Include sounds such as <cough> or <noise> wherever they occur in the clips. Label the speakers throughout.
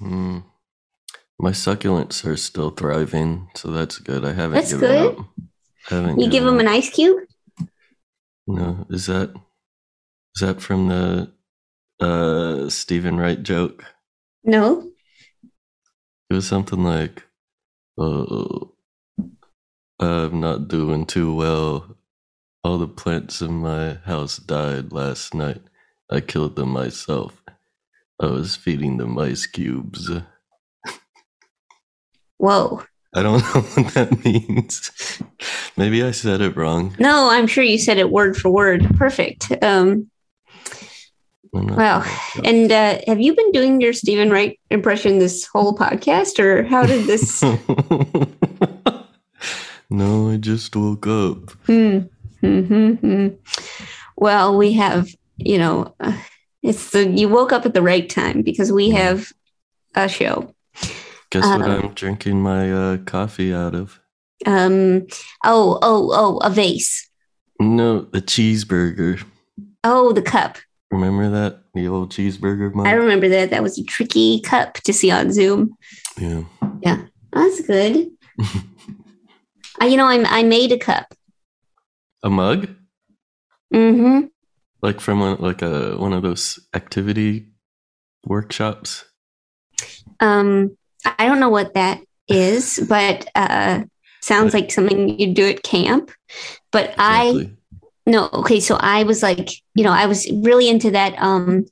Speaker 1: Mm. My succulents are still thriving, so that's good. I haven't
Speaker 2: That's
Speaker 1: given
Speaker 2: good.
Speaker 1: up. I haven't
Speaker 2: You give
Speaker 1: given
Speaker 2: them an
Speaker 1: up.
Speaker 2: ice cube?
Speaker 1: No, is that is that from the uh Stephen Wright joke?
Speaker 2: No.
Speaker 1: It was something like, "Oh, I'm not doing too well. All the plants in my house died last night. I killed them myself. I was feeding them ice cubes."
Speaker 2: Whoa.
Speaker 1: I don't <laughs> know what that means. Maybe I said it wrong.
Speaker 2: No, I'm sure you said it word for word. Perfect. Um,
Speaker 1: I'm not
Speaker 2: Wow.
Speaker 1: sure.
Speaker 2: and uh, have you been doing your Stephen Wright impression this whole podcast, or how
Speaker 1: <laughs>
Speaker 2: did this?
Speaker 1: no, I just woke up.
Speaker 2: Hmm. hmm hmm. Well, we have, you know, uh, it's the you woke up at the right time because we have a show.
Speaker 1: Guess what
Speaker 2: Um.
Speaker 1: I'm drinking my uh, coffee out of?
Speaker 2: Um. Oh, oh, oh, a vase.
Speaker 1: No, a cheeseburger.
Speaker 2: Oh, the cup.
Speaker 1: Remember that? The old cheeseburger mug?
Speaker 2: I remember that. That was a tricky cup to see on Zoom.
Speaker 1: yeah. <laughs>
Speaker 2: That's good. uh, you know, I I made a cup.
Speaker 1: A mug?
Speaker 2: Mm-hmm.
Speaker 1: Like from one, like a one of those activity workshops?
Speaker 2: Um, I don't know what that is,
Speaker 1: <laughs>
Speaker 2: but uh, sounds like something you do at camp. But I
Speaker 1: Exactly.
Speaker 2: no okay. So I was like, you know, I was really into that um,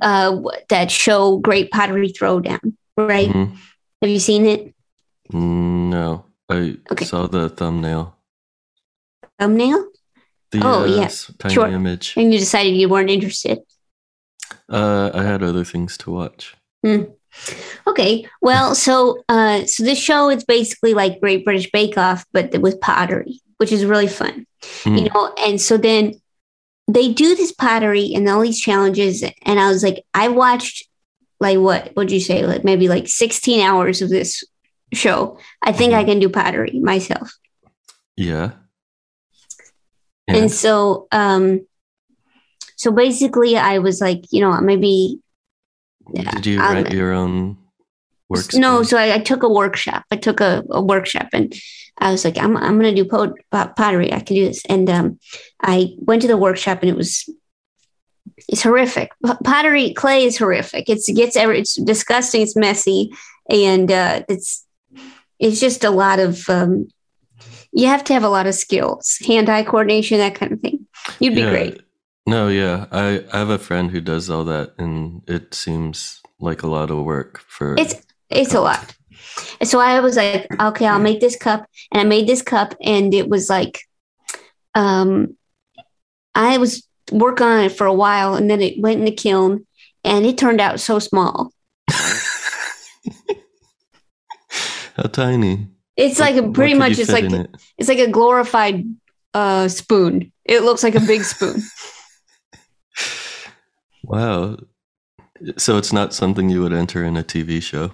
Speaker 2: uh, w- that show, Great Pottery Throwdown. Right?
Speaker 1: Mhm.
Speaker 2: Have you seen it?
Speaker 1: Mm-hmm. No, I
Speaker 2: Okay.
Speaker 1: saw the thumbnail.
Speaker 2: Thumbnail,
Speaker 1: The,
Speaker 2: Oh,
Speaker 1: uh,
Speaker 2: yeah.
Speaker 1: s- Tiny
Speaker 2: Sure.
Speaker 1: image.
Speaker 2: and you decided you weren't interested.
Speaker 1: Uh, I had other things to watch.
Speaker 2: Hmm. Okay.
Speaker 1: <laughs>
Speaker 2: Well, so uh, so this show is basically like Great British Bake Off, but with pottery, which is really fun. You
Speaker 1: Mm.
Speaker 2: know, and so then they do this pottery and all these challenges, and I was like, I watched like what would you say, like maybe like sixteen hours of this show. I think
Speaker 1: Hmm.
Speaker 2: I can do pottery myself,
Speaker 1: Yeah.
Speaker 2: and so um, so basically, I was like, you know, maybe
Speaker 1: And Did you
Speaker 2: um,
Speaker 1: write your own works?
Speaker 2: No, so I, I took a workshop. I took a, a workshop, and I was like, I'm I'm gonna do pot- pot- pottery. I can do this. And um, I went to the workshop, and it was it's horrific. P- pottery clay is horrific. It's it gets every it's disgusting. It's messy, and uh, it's it's just a lot of um, you have to have a lot of skills, hand eye coordination, that kind of thing. You'd be great.
Speaker 1: No, yeah. I, I have a friend who does all that, and it seems like a lot of work for.
Speaker 2: It's- It's a lot. And so I was like, okay, I'll make this cup. And I made this cup and it was like, um, I was working on it for a while and then it went in the kiln and it turned out so small.
Speaker 1: How tiny.
Speaker 2: It's
Speaker 1: What-
Speaker 2: like a,
Speaker 1: what
Speaker 2: pretty
Speaker 1: could
Speaker 2: much,
Speaker 1: you
Speaker 2: it's
Speaker 1: fit
Speaker 2: like,
Speaker 1: in it?
Speaker 2: it's like a glorified uh, spoon. It looks like a big
Speaker 1: <laughs>
Speaker 2: spoon.
Speaker 1: Wow. So it's not something you would enter in a TV show.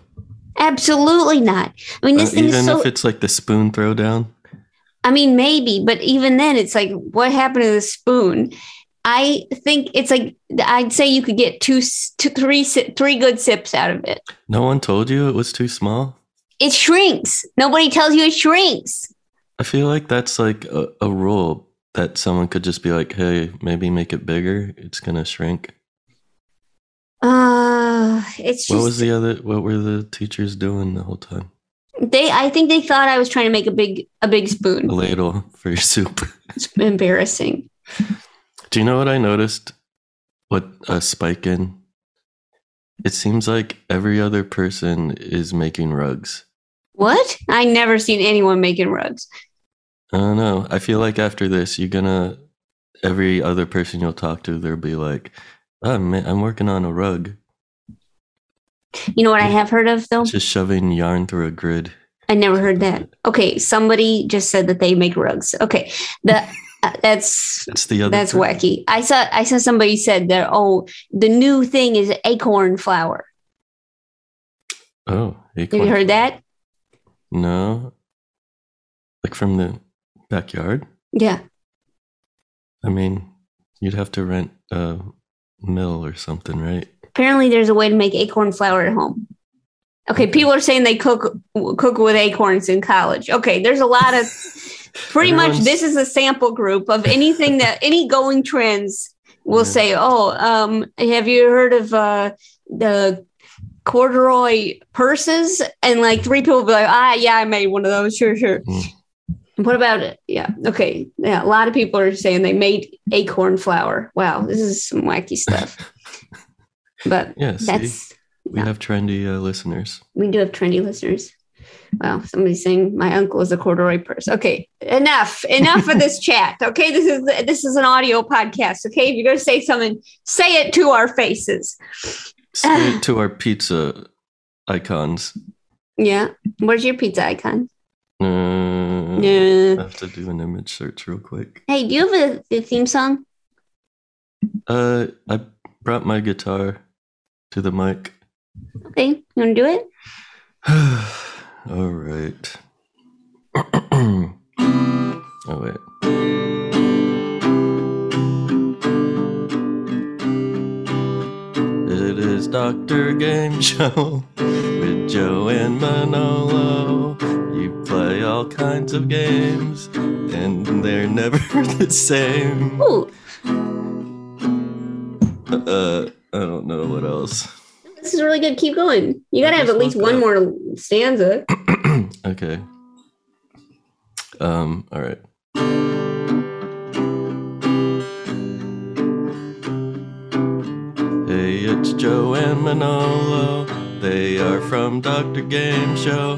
Speaker 2: Absolutely not. I mean, this
Speaker 1: Uh,
Speaker 2: thing
Speaker 1: even
Speaker 2: is so,
Speaker 1: if it's like the spoon throwdown.
Speaker 2: I mean, maybe, but even then, it's like, what happened to the spoon? I think it's like I'd say you could get two, s- two three, si- three good sips out of it.
Speaker 1: No one told you it was too small?
Speaker 2: It shrinks. Nobody tells you it shrinks.
Speaker 1: I feel like that's like a, a rule that someone could just be like, hey, maybe make it bigger. It's going to shrink.
Speaker 2: Uh, it's
Speaker 1: What
Speaker 2: just
Speaker 1: was the other? What were the teachers doing the Oh. whole time?
Speaker 2: they. I think they thought I was trying to make a big a big spoon.
Speaker 1: A ladle for your soup.
Speaker 2: It's embarrassing.
Speaker 1: Do you know what I noticed? What a spike in. It seems like every other person is making rugs.
Speaker 2: What? I never seen anyone making rugs.
Speaker 1: I don't know. I feel like after this, you're gonna every other person you'll talk to, they'll be like, "Oh man, I'm working on a rug,
Speaker 2: You know what I have heard of though?
Speaker 1: just shoving yarn through a grid."
Speaker 2: I never heard that. Okay, somebody just said that they make rugs. Okay, that uh, that's
Speaker 1: That's the other.
Speaker 2: that's
Speaker 1: person.
Speaker 2: wacky. I saw I saw somebody said that. Oh, the new thing is acorn flour.
Speaker 1: Oh,
Speaker 2: Have
Speaker 1: acorn.
Speaker 2: you heard that?
Speaker 1: No, like from the backyard.
Speaker 2: Yeah.
Speaker 1: I mean, you'd have to rent a mill or something, right?
Speaker 2: Apparently, there's a way to make acorn flour at home. Okay, people are saying they cook cook with acorns in college. Okay, there's a lot of pretty much
Speaker 1: Everyone's-
Speaker 2: this is a sample group of anything that any going trends will
Speaker 1: Yeah.
Speaker 2: say. Oh, um, have you heard of uh, the corduroy purses? And like three people will be like, ah, yeah, I made one of those. Sure, sure.
Speaker 1: Mm.
Speaker 2: And What about it? Yeah, okay. Yeah, a lot of people are saying they made acorn flour. Wow, this is some wacky stuff.
Speaker 1: <laughs>
Speaker 2: but
Speaker 1: Yeah, see,
Speaker 2: that's
Speaker 1: we
Speaker 2: yeah.
Speaker 1: have trendy uh, listeners.
Speaker 2: we do have trendy listeners. Wow, somebody's saying my uncle is a corduroy purse. Okay, enough, enough of this <laughs> chat. Okay, this is this is an audio podcast. Okay, if you're going to say something, say it to our faces.
Speaker 1: Straight to our pizza icons.
Speaker 2: <sighs> Yeah, where's your pizza icon?
Speaker 1: Uh, I
Speaker 2: Yeah.
Speaker 1: have to do an image search real quick.
Speaker 2: Hey, do you have a, a theme song?
Speaker 1: Uh, I brought my guitar to the mic.
Speaker 2: Okay, you want to do it?
Speaker 1: <sighs> All right. <clears throat> oh wait. It is Doctor Game <laughs> Show with Joe and Manolo. You play all kinds of games, and they're <laughs> never the same.
Speaker 2: Ooh,
Speaker 1: Uh, I don't know what else.
Speaker 2: this is really good. Keep going. You
Speaker 1: I
Speaker 2: got to have
Speaker 1: just
Speaker 2: at least
Speaker 1: looked
Speaker 2: one
Speaker 1: up.
Speaker 2: more stanza.
Speaker 1: <clears throat> okay. Um, all right. Hey, it's Joe and Manolo. They are from Dr. Game Show.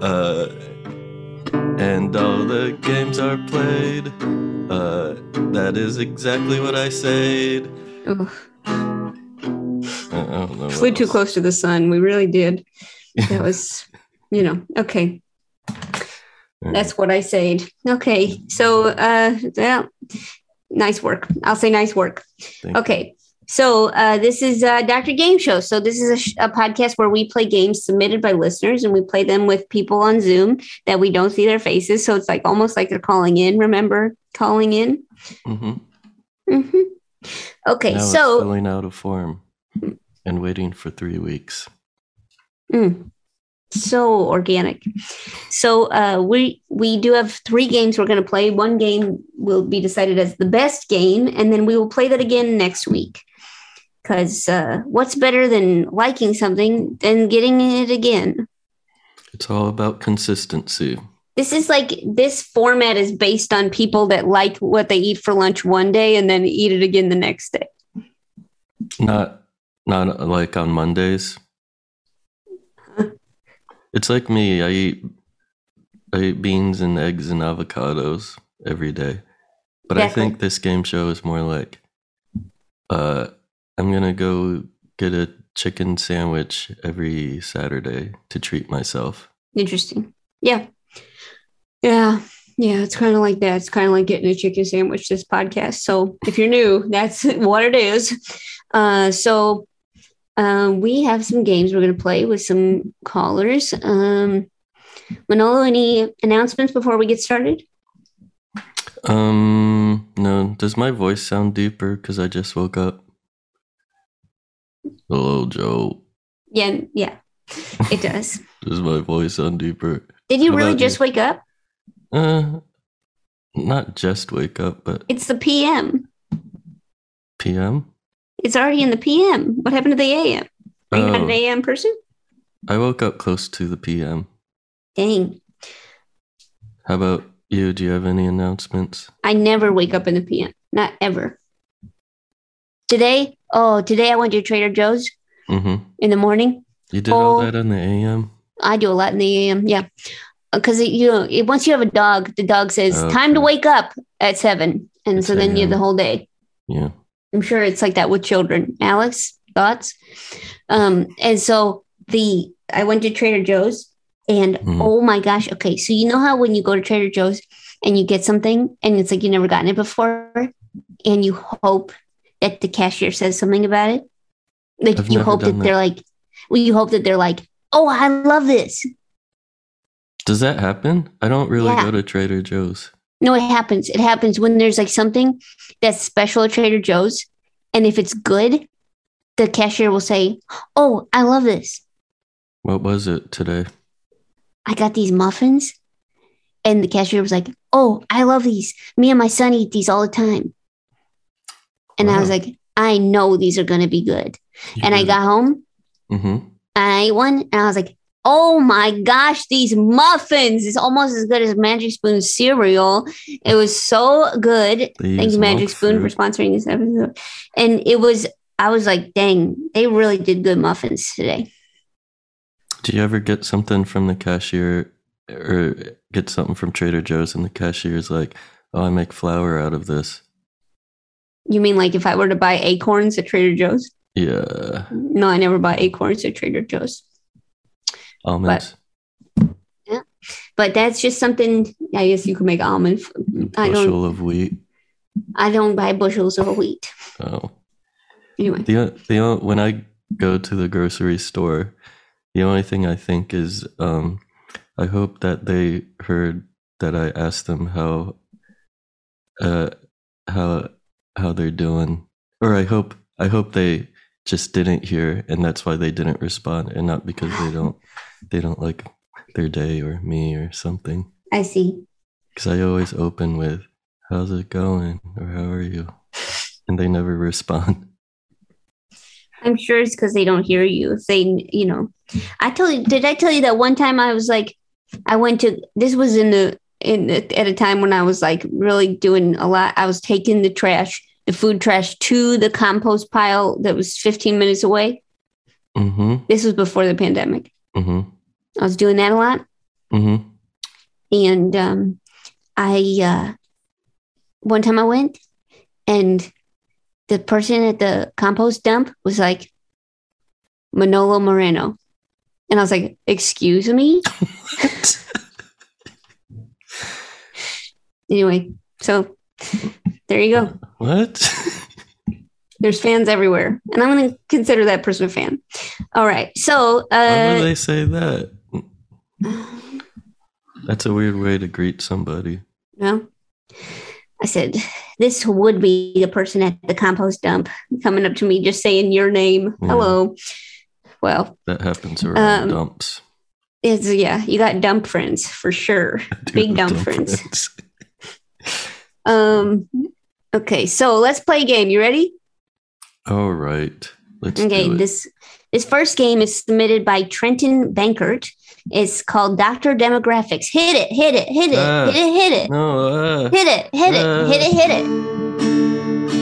Speaker 1: uh, and all the games are played. Uh, that is exactly what I said.
Speaker 2: Oh,
Speaker 1: I I don't know. what
Speaker 2: flew too
Speaker 1: else.
Speaker 2: close to the sun. We
Speaker 1: <laughs>
Speaker 2: really did. That was, you know, okay.
Speaker 1: All right.
Speaker 2: That's what I said. Okay. So, uh, yeah, nice work. I'll say nice work.
Speaker 1: Thank you.
Speaker 2: Okay. So, uh, this is uh, Dr. Game Show. So, this is a, sh- a podcast where we play games submitted by listeners and we play them with people on Zoom that we don't see their faces. So, it's like almost like they're calling in. Remember calling in?
Speaker 1: Mhm.
Speaker 2: hmm Okay.
Speaker 1: now
Speaker 2: so,
Speaker 1: it's filling out a form and waiting for three weeks.
Speaker 2: Mm. So organic. So uh, we we do have three games we're going to play. One game will be decided as the best game, and then we will play that again next week. Because uh, what's better than liking something than getting it again?
Speaker 1: It's all about consistency.
Speaker 2: This is like this format is based on people that like what they eat for lunch one day and then eat it again the next day.
Speaker 1: Not not uh, like on
Speaker 2: <laughs>
Speaker 1: Mondays. It's like me. I eat I eat beans and eggs and avocados every day. But I
Speaker 2: Exactly.
Speaker 1: think this game show is more like uh I'm gonna go get a chicken sandwich every Saturday to treat myself.
Speaker 2: Interesting. Yeah. Yeah. Yeah. It's kind of like that. It's kind of like getting a chicken sandwich this podcast. So if you're new, <laughs> that's what it is. Uh, so uh, we have some games we're going to play with some callers. Um, Manolo, any announcements before we get started?
Speaker 1: Um, no. Does my voice sound deeper because I just woke up? Hello, Joe.
Speaker 2: Yeah. <laughs> Yeah. It does.
Speaker 1: Does my voice sound deeper?
Speaker 2: Did you
Speaker 1: What
Speaker 2: really
Speaker 1: about you?
Speaker 2: just wake up?
Speaker 1: Uh, not just wake up, but
Speaker 2: It's the PM.
Speaker 1: PM.
Speaker 2: It's already in the PM. What happened to the AM? Are you not
Speaker 1: Oh,
Speaker 2: an AM person?
Speaker 1: I woke up close to the PM.
Speaker 2: Dang.
Speaker 1: How about you? Do you have any announcements?
Speaker 2: I never wake up in the PM, not ever. Today, oh, today I went to Trader Joe's
Speaker 1: Mm-hmm.
Speaker 2: in the morning.
Speaker 1: You did all
Speaker 2: Oh.
Speaker 1: that in the AM.
Speaker 2: I do a lot in the AM, yeah, because you know it, once you have a dog, the dog says
Speaker 1: Okay.
Speaker 2: time to wake up at seven, and
Speaker 1: It's
Speaker 2: so then you have
Speaker 1: 7.
Speaker 2: the whole day.
Speaker 1: Yeah.
Speaker 2: I'm sure it's like that with children. Alex, thoughts? Um, and so the I went to Trader Joe's and
Speaker 1: Mhm.
Speaker 2: oh my gosh, okay. So you know how when you go to Trader Joe's and you get something and it's like you never gotten it before and you hope that the cashier says something about it? Like
Speaker 1: I've
Speaker 2: you
Speaker 1: never
Speaker 2: hope that,
Speaker 1: done that.
Speaker 2: they're like well, you hope that they're like, Oh, I love this.
Speaker 1: Does that happen? I don't really
Speaker 2: Yeah.
Speaker 1: go to Trader Joe's.
Speaker 2: No, it happens. It happens when there's like something that's special at Trader Joe's. And if it's good, the cashier will say, "Oh, I love this.
Speaker 1: What was it today?
Speaker 2: I got these muffins." And the cashier was like, "Oh, I love these. Me and my son eat these all the time." And I was
Speaker 1: Wow.
Speaker 2: like, "I know these are going to be good."
Speaker 1: You
Speaker 2: and I
Speaker 1: really-
Speaker 2: got home
Speaker 1: Mhm.
Speaker 2: I ate one and I was like, oh my gosh, these muffins is almost as good as Magic Spoon cereal. It was so good.
Speaker 1: They
Speaker 2: Thank
Speaker 1: use
Speaker 2: you, Magic
Speaker 1: monk
Speaker 2: Spoon,
Speaker 1: fruit.
Speaker 2: for sponsoring this episode. And it was, I was like, dang, they really did good muffins today.
Speaker 1: Do you ever get something from the cashier or get something from Trader Joe's and the cashier's like, oh, I make flour out of this?
Speaker 2: You mean like if I were to buy acorns at Trader Joe's?
Speaker 1: Yeah.
Speaker 2: No, I never buy acorns at Trader Joe's.
Speaker 1: Almonds.
Speaker 2: But that's just something I guess you could make almond. f- I
Speaker 1: Mm-hmm.
Speaker 2: don't-
Speaker 1: bushel of wheat.
Speaker 2: I don't buy bushels of wheat.
Speaker 1: Oh.
Speaker 2: Anyway,
Speaker 1: The, the o- when I go to the grocery store, the only thing I think is um, I hope that they heard that I asked them how uh, how how they're doing, or I hope I hope they just didn't hear, and that's why they didn't respond, and not because they don't they don't like their day or me or something.
Speaker 2: I see.
Speaker 1: Because I always open with "How's it going?" or "How are you," and they never respond.
Speaker 2: I'm sure it's because they don't hear you. If they, you know, I told you, did I tell you that one time I was like, I went to, this was in the, in the, at a time when I was like really doing a lot. I was taking the trash, the food trash to the compost pile that was 15 minutes away.
Speaker 1: Mm-hmm.
Speaker 2: This was before the pandemic.
Speaker 1: Mm-hmm.
Speaker 2: I was doing that a lot.
Speaker 1: Mm-hmm.
Speaker 2: And um, I, uh, one time I went and the person at the compost dump was like, Manolo Moreno. And I was like, Excuse me? Anyway, so there you go.
Speaker 1: What? <laughs>
Speaker 2: There's fans everywhere. And I'm going to consider that person a fan. All right. So,
Speaker 1: Why would
Speaker 2: uh,
Speaker 1: they say that? That's a weird way to greet somebody.
Speaker 2: no. I said, This would be the person at the compost dump coming up to me, just saying your name.
Speaker 1: Yeah.
Speaker 2: Hello. Well,
Speaker 1: That happens around
Speaker 2: Um,
Speaker 1: dumps.
Speaker 2: It's yeah, you got dump friends for sure. big
Speaker 1: <laughs> Dude,
Speaker 2: dump friends. <laughs> Um okay, so let's play a game. You ready?
Speaker 1: All right. Let's
Speaker 2: Okay,
Speaker 1: do it.
Speaker 2: this this first game is submitted by Trenton Bankert. It's called Doctor Demographics. Hit it, hit it, hit it,
Speaker 1: Ah.
Speaker 2: hit it, hit it.
Speaker 1: no, uh,
Speaker 2: Hit it, hit it,
Speaker 1: Uh.
Speaker 2: hit it, hit it.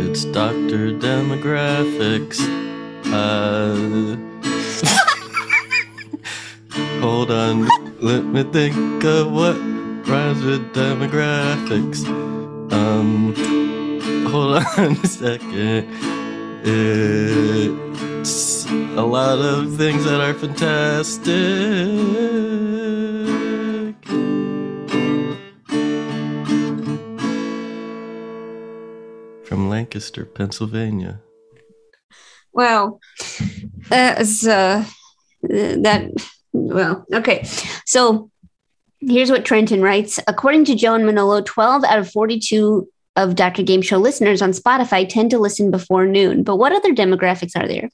Speaker 1: it's Dr. Demographics. Uh, <laughs> hold on. Let me think of what rhymes with demographics. Um, hold on <laughs> a second. It's a lot of things that are fantastic. From Lancaster, Pennsylvania.
Speaker 2: Wow. That's uh that well, okay. So here's what Trenton writes. According to Joan Manolo, 12 out of 42 of Dr. Game Show listeners on Spotify tend to listen before noon. But what other demographics are there?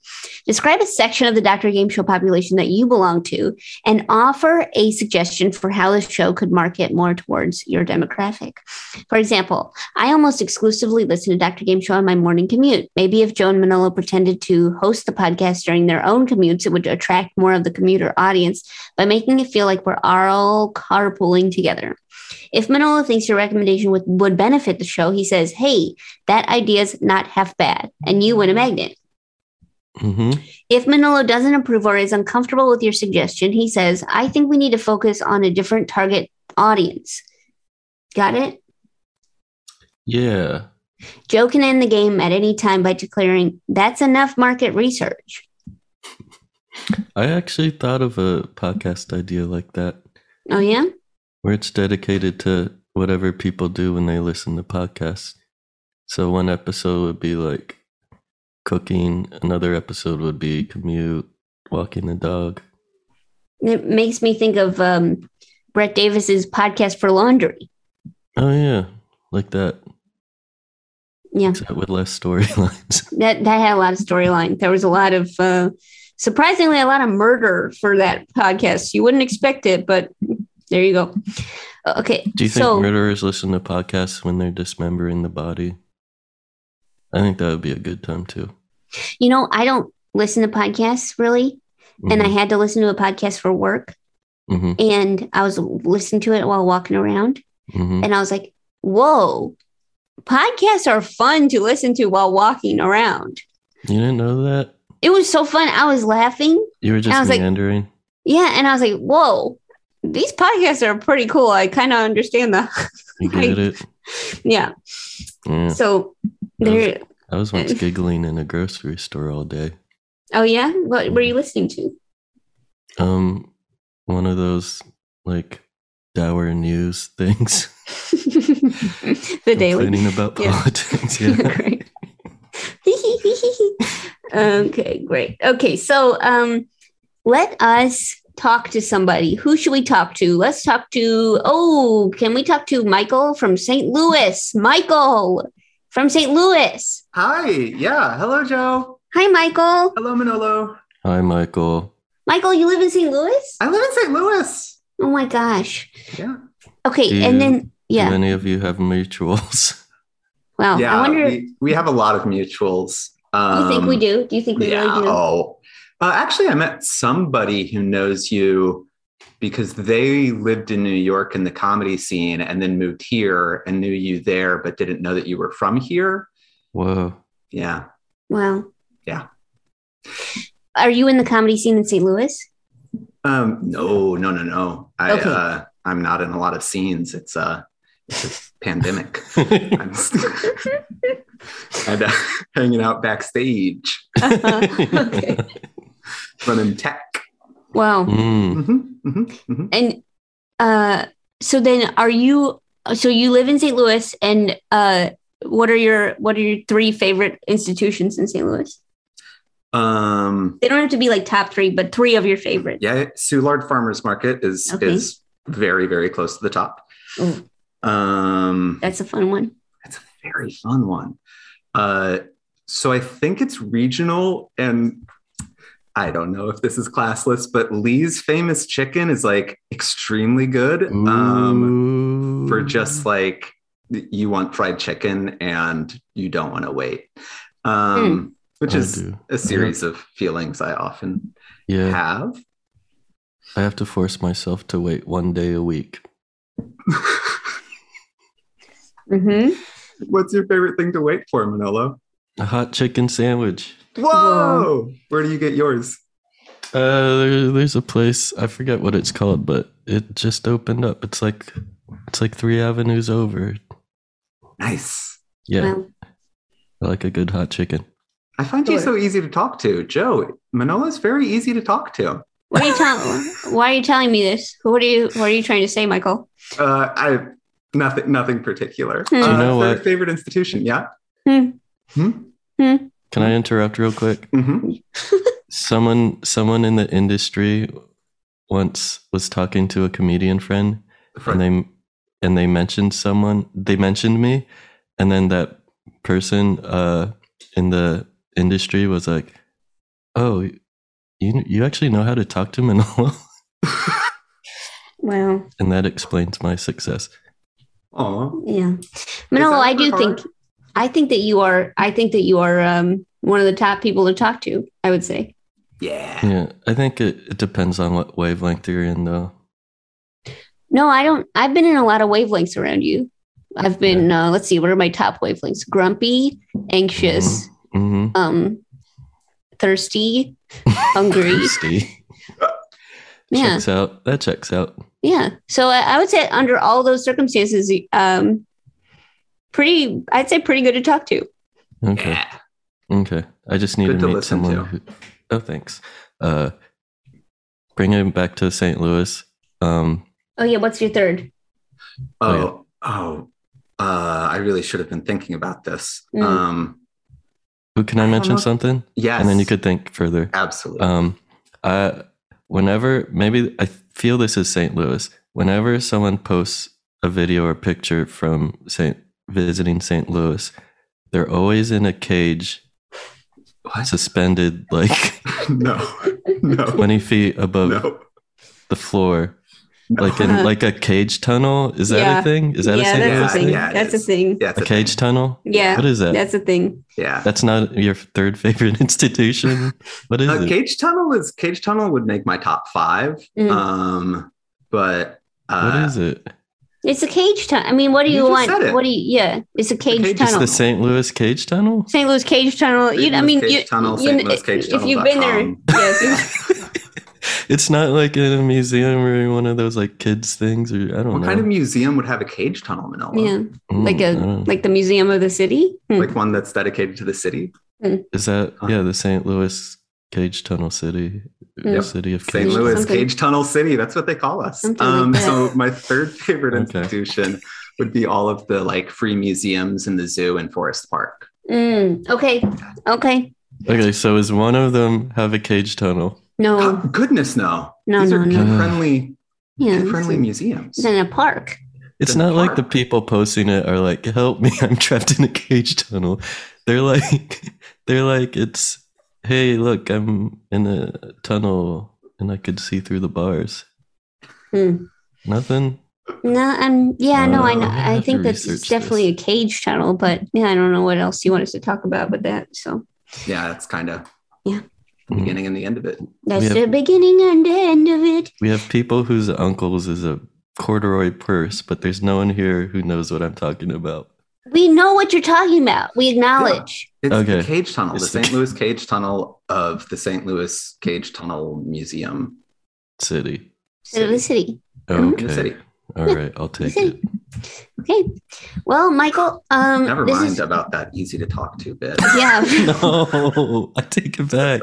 Speaker 2: Describe a section of the Dr. Game Show population that you belong to and offer a suggestion for how the show could market more towards your demographic. For example, I almost exclusively listen to Dr. Game Show on my morning commute. Maybe if Joan Manolo pretended to host the podcast during their own commutes, it would attract more of the commuter audience by making it feel like we're all carpooling together. If Manolo thinks your recommendation would, would benefit the show, he says, Hey, that idea's not half bad, and you win a magnet.
Speaker 1: Mm-hmm.
Speaker 2: If Manolo doesn't approve or is uncomfortable with your suggestion, he says, I think we need to focus on a different target audience. Got it?
Speaker 1: Yeah.
Speaker 2: Joe can end the game at any time by declaring, That's enough market research.
Speaker 1: I actually thought of a podcast idea like that,
Speaker 2: Oh, yeah?
Speaker 1: where it's dedicated to whatever people do when they listen to podcasts. So one episode would be like cooking, another episode would be commute, walking the dog.
Speaker 2: It makes me think of um, Brett Davis's podcast for laundry.
Speaker 1: Oh yeah, like that.
Speaker 2: Yeah.
Speaker 1: Except with less storylines. <laughs>
Speaker 2: That that had a lot of storyline. There was a lot of uh, surprisingly a lot of murder for that podcast. You wouldn't expect it, but there you go. Okay.
Speaker 1: Do you think
Speaker 2: so
Speaker 1: murderers listen to podcasts when they're dismembering the body? I think that would be a good time too.
Speaker 2: you know I don't listen to podcasts really, and
Speaker 1: Mm-hmm.
Speaker 2: I had to listen to a podcast for work,
Speaker 1: hmm
Speaker 2: and I was listening to it while walking around,
Speaker 1: hmm
Speaker 2: and I was like, "Whoa, podcasts are fun to listen to while walking around."
Speaker 1: You didn't know that?
Speaker 2: It was so fun. I was laughing.
Speaker 1: You were
Speaker 2: I
Speaker 1: just
Speaker 2: was like-
Speaker 1: meandering.
Speaker 2: Yeah, and I was like, "Whoa." These podcasts are pretty cool. I kind of understand the <laughs>
Speaker 1: you get it?
Speaker 2: yeah.
Speaker 1: Yeah.
Speaker 2: So there.
Speaker 1: I was
Speaker 2: <laughs>
Speaker 1: once giggling in a grocery store all day.
Speaker 2: Oh yeah. What were you listening to?
Speaker 1: Um, one of those like dour news <laughs> things.
Speaker 2: the daily.
Speaker 1: Complaining about
Speaker 2: Yeah. <laughs>
Speaker 1: politics. Yeah.
Speaker 2: great. <laughs> okay, great. Okay, so um, let us talk to somebody. Who should we talk to? Let's talk to. Oh, can we talk to Michael from St. Louis? Michael from St. Louis.
Speaker 3: Hi. Yeah. Hello, Joe.
Speaker 2: Hi, Michael.
Speaker 3: Hello, Manolo.
Speaker 1: Hi, Michael.
Speaker 2: Michael, you live in St. Louis?
Speaker 3: I live in St. Louis.
Speaker 2: Oh my gosh.
Speaker 3: Yeah.
Speaker 2: Okay,
Speaker 1: Do you-
Speaker 2: and then yeah.
Speaker 1: Do any of you have <laughs> mutuals?
Speaker 2: wow.
Speaker 3: yeah.
Speaker 2: I wonder.
Speaker 3: we, we have a lot of mutuals.
Speaker 2: do
Speaker 3: Um,
Speaker 2: you think we do? Do you think we
Speaker 3: yeah.
Speaker 2: really do?
Speaker 3: Oh. Uh, actually, I met somebody who knows you because they lived in New York in the comedy scene and then moved here and knew you there, but didn't know that you were from here.
Speaker 1: Whoa.
Speaker 3: Yeah.
Speaker 2: Wow.
Speaker 3: Yeah.
Speaker 2: Are you in the comedy scene in St. Louis?
Speaker 3: Um, no, no, no, no. I,
Speaker 2: Okay.
Speaker 3: uh, I'm not in a lot of scenes. It's uh,
Speaker 1: <laughs>
Speaker 3: it's a pandemic. I'm <laughs> and uh, hanging out backstage,
Speaker 2: Uh-huh.
Speaker 3: <laughs>
Speaker 2: Okay.
Speaker 3: running tech.
Speaker 2: Wow.
Speaker 1: Mm.
Speaker 3: Mhm, mhm, mhm.
Speaker 2: And uh so then are you so you live in St. Louis and uh what are your what are your three favorite institutions in St. Louis?
Speaker 3: Um,
Speaker 2: They don't have to be like top 3, but three of your favorites.
Speaker 3: yeah, Soulard Farmers Market is
Speaker 2: Okay.
Speaker 3: is very very close to the top.
Speaker 2: Ooh.
Speaker 3: Um,
Speaker 2: That's a fun one.
Speaker 3: that's a very fun one. Uh, so I think it's regional, and I don't know if this is classless, but Lee's famous chicken is like extremely good. Um, for just like you want fried chicken and you don't want to wait um which
Speaker 1: I
Speaker 3: is
Speaker 1: do.
Speaker 3: a series of feelings i often
Speaker 1: Yeah.
Speaker 3: have
Speaker 1: I have to force myself to wait one day a week.
Speaker 2: Mhm.
Speaker 3: what's your favorite thing to wait for manolo
Speaker 1: A hot chicken sandwich.
Speaker 3: whoa where do you get yours
Speaker 1: Uh, there, there's a place I forget what it's called, but it just opened up. It's like it's like three avenues over.
Speaker 3: nice
Speaker 1: Yeah,
Speaker 2: Wow.
Speaker 1: I like a good hot chicken.
Speaker 3: i find you so easy to talk to joe manolo's very easy to talk to
Speaker 2: What are you telling <laughs> why are you telling me this? What are you what are you trying to say, Michael?
Speaker 3: uh i nothing nothing particular
Speaker 2: Hmm. Do you
Speaker 3: Uh,
Speaker 1: know
Speaker 3: third
Speaker 1: what-
Speaker 3: favorite institution yeah
Speaker 2: Hmm.
Speaker 3: Hmm?
Speaker 1: Can I interrupt real quick?
Speaker 3: Mhm.
Speaker 1: <laughs> Someone someone in the industry once was talking to a comedian friend, and they and they mentioned someone. They mentioned me, and then that person uh, in the industry was like, "Oh, you you actually know how to talk to Manolo." <laughs>
Speaker 2: Wow.
Speaker 1: and that explains my success.
Speaker 3: Aw.
Speaker 2: Yeah. Manolo,
Speaker 3: that
Speaker 2: I do
Speaker 3: hard?
Speaker 2: think I think that you are I think that you are um, one of the top people to talk to, I would say.
Speaker 3: yeah
Speaker 1: Yeah, I think it, it depends on what wavelength you're in, though.
Speaker 2: No, I don't I've been in a lot of wavelengths around you. I've been uh, let's see, what are my top wavelengths? Grumpy, anxious,
Speaker 1: Mm-hmm.
Speaker 2: um thirsty, hungry.
Speaker 1: Thirsty.
Speaker 2: yeah.
Speaker 1: Checks out. That checks out.
Speaker 2: Yeah. So I, I would say under all those circumstances, um pretty I'd say pretty good to talk to.
Speaker 1: Okay.
Speaker 3: yeah
Speaker 1: Okay. I just need
Speaker 3: Good
Speaker 1: to
Speaker 3: to
Speaker 1: meet
Speaker 3: listen
Speaker 1: someone.
Speaker 3: to.
Speaker 1: Who, oh, thanks. Uh, bring him back to St. Louis. Um,
Speaker 2: Oh yeah, what's your third?
Speaker 1: Oh, yeah.
Speaker 3: Oh, oh, uh, I really should have been thinking about this.
Speaker 2: Mm.
Speaker 1: Hmm.
Speaker 3: Um,
Speaker 1: who can I
Speaker 3: I don't
Speaker 1: mention
Speaker 3: know.
Speaker 1: something?
Speaker 3: yes,
Speaker 1: And then you could think further.
Speaker 3: absolutely.
Speaker 1: Um, I, whenever maybe I feel this is St. Louis. Whenever someone posts a video or picture from St. visiting St. Louis, They're always in a cage,
Speaker 3: What? <laughs>
Speaker 1: suspended like
Speaker 3: no, no,
Speaker 1: 20 feet above
Speaker 3: no.
Speaker 1: the floor,
Speaker 3: No.
Speaker 1: like in
Speaker 2: Uh,
Speaker 1: like a cage tunnel. Is that
Speaker 2: yeah.
Speaker 1: a thing? Is that
Speaker 2: yeah,
Speaker 1: a thing?
Speaker 2: that's a
Speaker 3: Yeah,
Speaker 2: thing.
Speaker 3: yeah, it
Speaker 2: that's a
Speaker 3: is.
Speaker 2: thing.
Speaker 3: yeah, it's
Speaker 1: A cage tunnel?
Speaker 2: Yeah,
Speaker 1: What is that?
Speaker 2: that's a thing.
Speaker 3: Yeah.
Speaker 1: That's not your third favorite <laughs> institution. What is
Speaker 3: Uh,
Speaker 1: it?
Speaker 3: Cage Tunnel is Cage Tunnel would make my top five.
Speaker 2: Mm.
Speaker 3: Um, but uh,
Speaker 1: What is it?
Speaker 2: It's a cage tunnel. I mean, what do
Speaker 3: You
Speaker 2: you,
Speaker 3: just
Speaker 2: want?
Speaker 3: said it.
Speaker 2: What do you? Yeah, it's a cage
Speaker 3: cage- It's
Speaker 1: It's
Speaker 2: tunnel.
Speaker 1: the St. Louis Cage Tunnel?
Speaker 2: St. Louis Cage Tunnel.
Speaker 3: St.
Speaker 2: You, I
Speaker 3: Louis
Speaker 2: mean,
Speaker 3: Cage
Speaker 2: you,
Speaker 3: Tunnel,
Speaker 2: you,
Speaker 3: St. Louis Cage
Speaker 2: if you've
Speaker 3: Tunnel
Speaker 2: been
Speaker 3: dot
Speaker 2: there,
Speaker 3: com.
Speaker 2: yes.
Speaker 1: It's not like in a museum or in one of those like kids things or I don't
Speaker 3: what
Speaker 1: know.
Speaker 3: kind of museum would have a cage tunnel, Manila?
Speaker 2: yeah,
Speaker 1: Mm,
Speaker 2: like
Speaker 1: I
Speaker 2: a
Speaker 1: don't-
Speaker 2: like the museum of the city. Hmm.
Speaker 3: Like one that's dedicated to the city.
Speaker 1: is that
Speaker 3: Huh.
Speaker 1: yeah, the St. Louis Cage Tunnel City.
Speaker 2: Yep.
Speaker 1: City of Cage
Speaker 3: St. Louis
Speaker 2: Something.
Speaker 3: Cage Tunnel City. That's what they call us.
Speaker 2: Something like
Speaker 3: Um,
Speaker 2: that.
Speaker 3: so my third favorite
Speaker 1: Okay.
Speaker 3: institution would be all of the like free museums and the zoo and forest park.
Speaker 2: Mm, okay, okay.
Speaker 1: Okay, so is one of them have a cage tunnel?
Speaker 2: No,
Speaker 3: Goodness, no.
Speaker 2: No,
Speaker 3: These
Speaker 2: no,
Speaker 3: are
Speaker 2: no.
Speaker 1: Uh.
Speaker 3: kid-friendly,
Speaker 2: yeah,
Speaker 3: kid-friendly
Speaker 2: it's,
Speaker 3: museums.
Speaker 2: it's in a park.
Speaker 1: It's
Speaker 3: The
Speaker 1: not like the
Speaker 3: park.
Speaker 1: people posting it are like, "Help me, <laughs> I'm trapped in a cage tunnel." They're like, <laughs> they're like, it's, hey, look, I'm in a tunnel and I could see through the bars.
Speaker 2: Hmm.
Speaker 1: Nothing.
Speaker 2: No, I'm yeah, no, I
Speaker 1: Uh,
Speaker 2: know.
Speaker 1: I'm gonna
Speaker 2: I
Speaker 1: have
Speaker 2: think
Speaker 1: to
Speaker 2: that's
Speaker 1: research
Speaker 2: definitely a cage tunnel, but yeah, I don't know what else you want us to talk about with that. So
Speaker 3: Yeah, that's kind of
Speaker 2: Yeah.
Speaker 1: Mm-hmm.
Speaker 3: the beginning and the end of it.
Speaker 2: that's
Speaker 1: have-
Speaker 2: the beginning and the end of it.
Speaker 1: We have people whose uncles is a corduroy purse, but there's no one here who knows what I'm talking about.
Speaker 2: We know what you're talking about. We acknowledge.
Speaker 3: It's
Speaker 1: Okay.
Speaker 3: the Cage Tunnel,
Speaker 1: It's
Speaker 3: the
Speaker 1: the
Speaker 3: St. Louis Cage Tunnel of the St. Louis Cage Tunnel Museum
Speaker 1: City.
Speaker 2: City of the city.
Speaker 1: Okay.
Speaker 3: in the city.
Speaker 1: All right, I'll take it.
Speaker 2: Okay. Well, Michael, um,
Speaker 3: Never
Speaker 2: this
Speaker 3: mind
Speaker 2: is-
Speaker 3: about that easy to talk to bit.
Speaker 2: <laughs> yeah,
Speaker 1: <laughs> No, I take it back.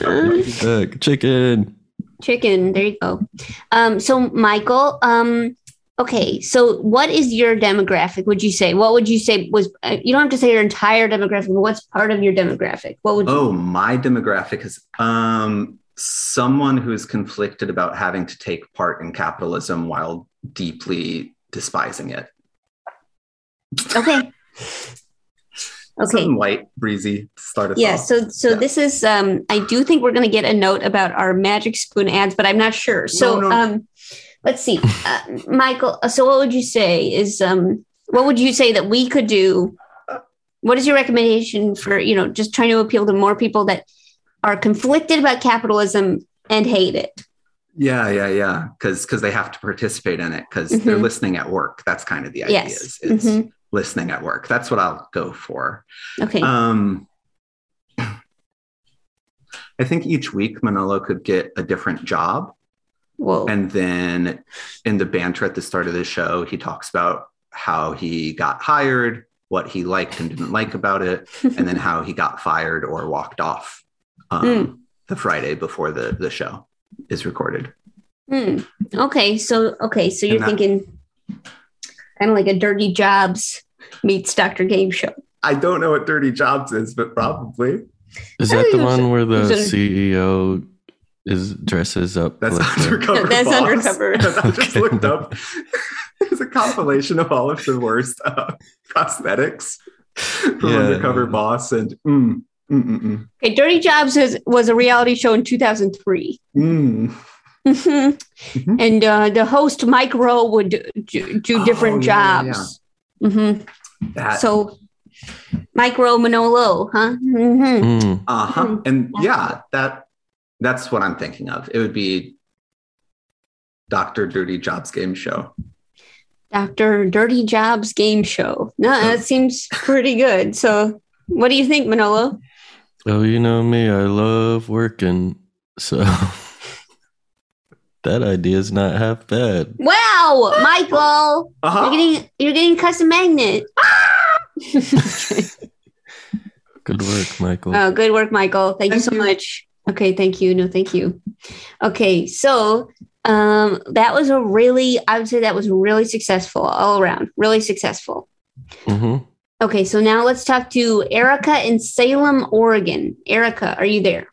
Speaker 1: I take it back. Chicken.
Speaker 2: chicken. There you go. Um, so Michael, um, okay. So what is your demographic? Would you say? What would you say was? Uh, you don't have to say your entire demographic. But what's part of your demographic? What would?
Speaker 3: Oh, my demographic is um, someone who is conflicted about having to take part in capitalism while deeply despising it.
Speaker 2: Okay. Okay.
Speaker 3: Something light, breezy, to start us
Speaker 2: Yeah,
Speaker 3: off.
Speaker 2: so so
Speaker 3: Yeah.
Speaker 2: this is um I do think we're gonna get a note about our magic spoon ads, but I'm not sure. So
Speaker 3: No, no.
Speaker 2: um let's see. Uh, Michael, uh, so what would you say is um what would you say that we could do? What is your recommendation for, you know, just trying to appeal to more people that are conflicted about capitalism and hate it?
Speaker 3: Yeah, yeah, yeah. Because because they have to participate in it because they're
Speaker 2: Mhm.
Speaker 3: listening at work. That's kind of the idea.
Speaker 2: Yes.
Speaker 3: Is, is
Speaker 2: Mhm.
Speaker 3: listening at work. That's what I'll go for.
Speaker 2: Okay.
Speaker 3: Um, I think each week Manolo could get a different job,
Speaker 2: Whoa.
Speaker 3: and then in the banter at the start of the show, he talks about how he got hired, what he liked and didn't like about
Speaker 2: <laughs>
Speaker 3: it, and then how he got fired or walked off um,
Speaker 2: Mm.
Speaker 3: the Friday before the the show is recorded.
Speaker 2: Hmm. Okay. So okay, so you're
Speaker 3: And that-
Speaker 2: thinking kind of like a dirty jobs meets Dr. Game Show.
Speaker 3: I don't know what Dirty Jobs is, but probably
Speaker 1: Is
Speaker 2: I
Speaker 1: that
Speaker 2: think
Speaker 1: the
Speaker 2: it was-
Speaker 1: one where the
Speaker 2: it was a-
Speaker 1: CEO is dresses up?
Speaker 3: that's
Speaker 1: like a-
Speaker 3: undercover.
Speaker 2: No, <laughs> that's
Speaker 3: Boss.
Speaker 2: Undercover.
Speaker 3: <laughs> I
Speaker 1: <laughs>
Speaker 3: just
Speaker 1: Okay.
Speaker 3: looked up. It's a compilation of all of the worst uh, prosthetics from
Speaker 1: Yeah.
Speaker 3: Undercover Boss and mm, mm, mm, mm,
Speaker 2: Okay, Dirty Jobs is, was a reality show in 2003.
Speaker 3: mm.
Speaker 2: Mhm. And uh, the host, Mike Rowe, would do, do
Speaker 3: Mm-hmm. Oh,
Speaker 2: different
Speaker 3: yeah, yeah,
Speaker 2: jobs. Mhm.
Speaker 3: That,
Speaker 2: So, Mike Rowe, Manolo, huh? hmm
Speaker 1: Mm,
Speaker 3: uh huh, and
Speaker 2: Yeah.
Speaker 3: yeah, that that's what I'm thinking of. It would be Doctor Dirty Jobs game show.
Speaker 2: Dr. Dirty Jobs game show. No, that seems pretty good. So, what do you think, Manolo?
Speaker 1: oh, you know me. I love working. So <laughs> that idea is not half bad.
Speaker 2: Wow, Michael,
Speaker 3: Uh
Speaker 2: you're
Speaker 3: huh.
Speaker 2: getting you're getting custom magnet.
Speaker 1: Good work, Michael.
Speaker 2: Oh, good work, Michael. Thank, you
Speaker 3: Thank
Speaker 2: so
Speaker 3: you.
Speaker 2: much. Okay, thank you. No, thank you. Okay, so um, that was a really, I would say that was really successful all around, really successful.
Speaker 1: hmm
Speaker 2: Okay, so now let's talk to Erica in Salem, Oregon. Erica, are you there?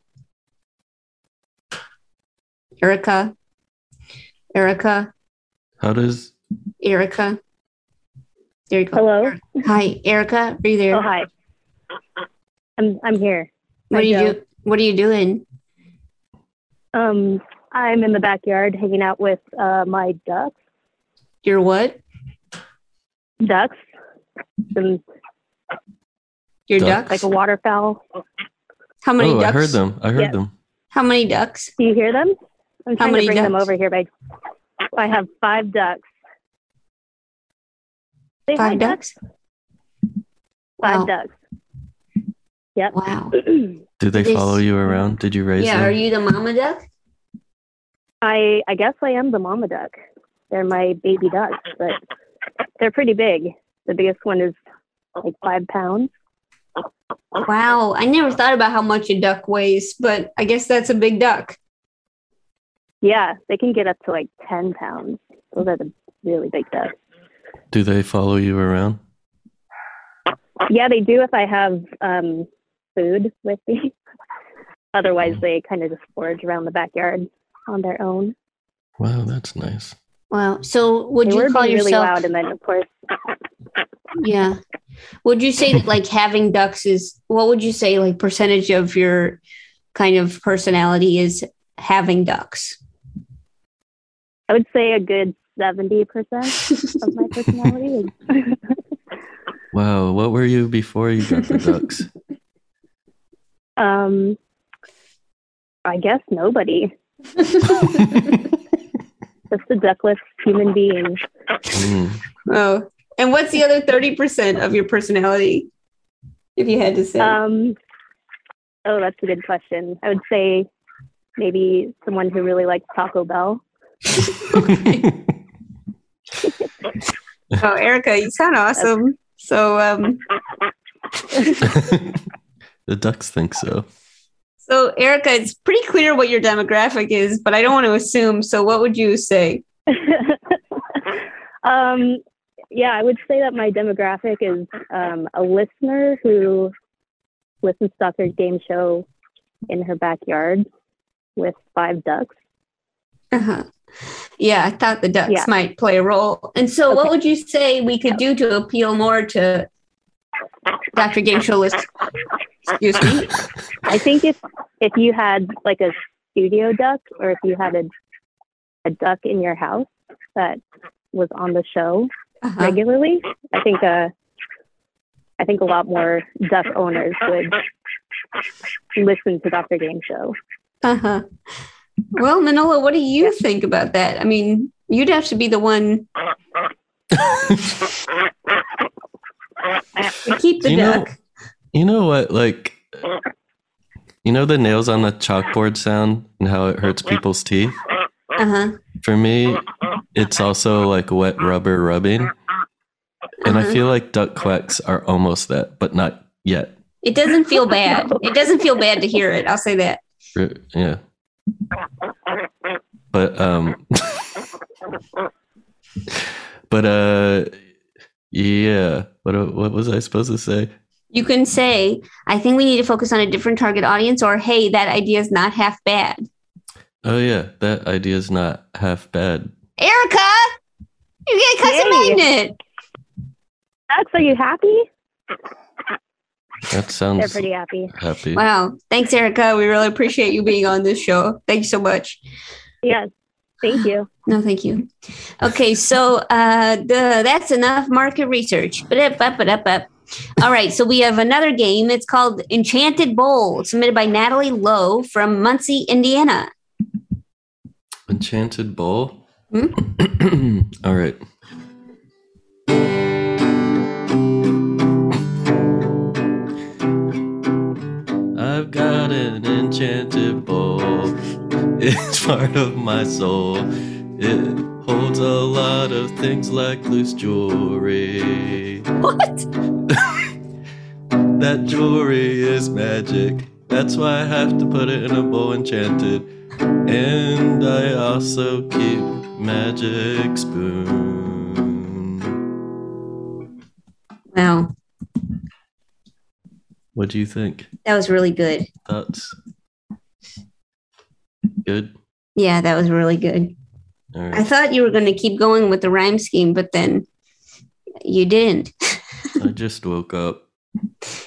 Speaker 2: Erica, Erica,
Speaker 1: How does?
Speaker 2: Erica. There you go.
Speaker 4: Hello.
Speaker 2: Hi, Erica, are you there?
Speaker 4: Oh hi. I'm I'm here.
Speaker 2: What
Speaker 4: I
Speaker 2: are you
Speaker 4: go.
Speaker 2: do? What are you doing?
Speaker 4: Um, I'm in the backyard hanging out with uh, my ducks.
Speaker 2: You're what?
Speaker 4: Ducks, and
Speaker 2: Your
Speaker 1: Ducks.
Speaker 2: ducks?
Speaker 4: like a waterfowl.
Speaker 2: How many
Speaker 1: oh,
Speaker 2: ducks?
Speaker 1: I heard them. I heard
Speaker 4: Yeah.
Speaker 1: them.
Speaker 2: How many ducks?
Speaker 4: Do you hear them? I'm trying to
Speaker 2: many
Speaker 4: bring them
Speaker 2: ducks?
Speaker 4: over here, but I have five ducks. Say hi,
Speaker 2: Five ducks.
Speaker 4: Five
Speaker 2: Wow.
Speaker 4: ducks. Yep.
Speaker 2: Wow.
Speaker 4: <clears throat>
Speaker 1: Did they
Speaker 2: They s-
Speaker 1: follow you around? Did you raise
Speaker 2: Yeah.
Speaker 1: them?
Speaker 2: Are you the mama duck?
Speaker 4: I I guess I am the mama duck. They're my baby ducks, but they're pretty big. The biggest one is like five pounds.
Speaker 2: Wow. I never thought about how much a duck weighs, but I guess that's a big duck.
Speaker 4: Yeah, they can get up to like ten pounds. Those are the really big ducks.
Speaker 1: Do they follow you around?
Speaker 4: Yeah, they do if I have um, food with me. <laughs> Otherwise, they kind of just forage around the backyard on their own.
Speaker 1: Wow, that's nice.
Speaker 2: Wow. So would
Speaker 4: they
Speaker 2: you
Speaker 4: were
Speaker 2: call
Speaker 4: being
Speaker 2: yourself?
Speaker 4: really loud, and then of course,
Speaker 2: Yeah. Would you say that like having ducks is what would you say like percentage of your kind of personality is having ducks?
Speaker 4: I would say a good seventy percent of
Speaker 2: <laughs>
Speaker 4: my personality is
Speaker 1: Wow, what were you before you got the
Speaker 2: <laughs>
Speaker 1: ducks?
Speaker 4: Um, I guess
Speaker 2: <laughs>
Speaker 4: nobody. Just a duckless human being.
Speaker 1: Hmm.
Speaker 2: oh. And what's the other 30% of your personality? If you had to say.
Speaker 4: Um, oh, that's a good question. I would say maybe someone who really likes Taco Bell.
Speaker 2: oh, Erica, you sound awesome. So um
Speaker 1: the ducks think so.
Speaker 2: so Erica, it's pretty clear what your demographic is, but I don't want to assume. So what would you say?
Speaker 4: um, yeah, I would say that my demographic is um, a listener who listens to Dr. Game Show in her backyard with five ducks.
Speaker 2: Uh-huh. Yeah, I thought the ducks
Speaker 4: Yeah.
Speaker 2: might play a role. And so, what
Speaker 4: Okay.
Speaker 2: would you say we could do to appeal more to Dr. Game Show list? Excuse me.
Speaker 4: I think if if you had like a studio duck or if you had a a duck in your house that was on the show
Speaker 2: Uh-huh.
Speaker 4: regularly, I think uh I think a lot more duck owners would listen to Dr. Game Show.
Speaker 2: Uh-huh. Well, Manola, what do you think about that? I mean, you'd have to be the one to keep the
Speaker 1: You know-
Speaker 2: duck.
Speaker 1: You know what? Like, you know the nails on the chalkboard sound and how it hurts people's teeth?
Speaker 2: Uh-huh.
Speaker 1: For me, it's also like wet rubber rubbing. And I
Speaker 2: Uh-huh.
Speaker 1: feel like duck quacks are almost that, but not yet.
Speaker 2: It doesn't
Speaker 4: <laughs>
Speaker 2: feel bad. It doesn't feel bad to hear it. I'll say that.
Speaker 1: R- Yeah. But um <laughs> But uh yeah, what what was I supposed to say?
Speaker 2: You can say, I think we need to focus on a different target audience, or hey, that idea is not half bad.
Speaker 1: Oh yeah, that idea's not half bad.
Speaker 2: Erica, you get a custom
Speaker 4: Yay.
Speaker 2: magnet.
Speaker 4: Ducks, are you happy?
Speaker 1: That
Speaker 4: They're
Speaker 1: sounds
Speaker 4: pretty happy.
Speaker 1: happy.
Speaker 2: Wow. Thanks, Erica. We really appreciate you being on this show. Thank you so much.
Speaker 4: Yes. Thank you.
Speaker 2: No, thank you. Okay, so uh, the, that's enough market research. Ba-da, ba, ba, da, ba. All right, so we have another game. It's called Enchanted Bowl, submitted by Natalie Lowe from Muncie, Indiana.
Speaker 1: Enchanted Bowl?
Speaker 2: Hmm?
Speaker 1: <clears throat> All right. I've got an enchanted bowl. <laughs> It's part of my soul. It holds a lot of things like loose jewelry.
Speaker 2: What?
Speaker 1: <laughs> That jewelry is magic. That's why I have to put it in a bowl enchanted. And I also keep magic spoon.
Speaker 2: Wow,
Speaker 1: What do you think?
Speaker 2: that was really good.
Speaker 1: Thoughts? Good?
Speaker 2: Yeah, that was really good.
Speaker 1: All
Speaker 2: I
Speaker 1: right.
Speaker 2: thought you were going to keep going with the rhyme scheme, but then you didn't. <laughs>
Speaker 1: I just woke up.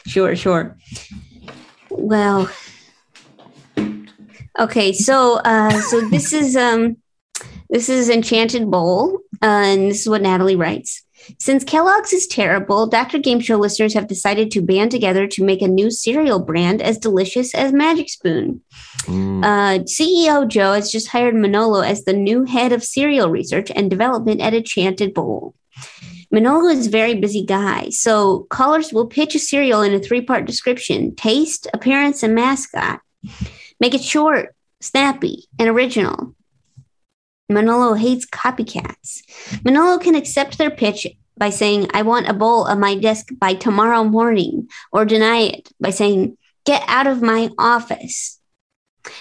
Speaker 2: Sure, sure. Well, okay. So, uh, so this is um, this is Enchanted Bowl, uh, and this is what Natalie writes. Since Kellogg's is terrible, Dr. Game Show listeners have decided to band together to make a new cereal brand as delicious as Magic Spoon.
Speaker 1: Mm.
Speaker 2: Uh, CEO Joe has just hired Manolo as the new head of cereal research and development at Enchanted Bowl. Manolo is a very busy guy, so callers will pitch a cereal in a three part description taste, appearance, and mascot. Make it short, snappy, and original. Manolo hates copycats. Manolo can accept their pitch by saying, I want a bowl on my desk by tomorrow morning, or deny it by saying, Get out of my office.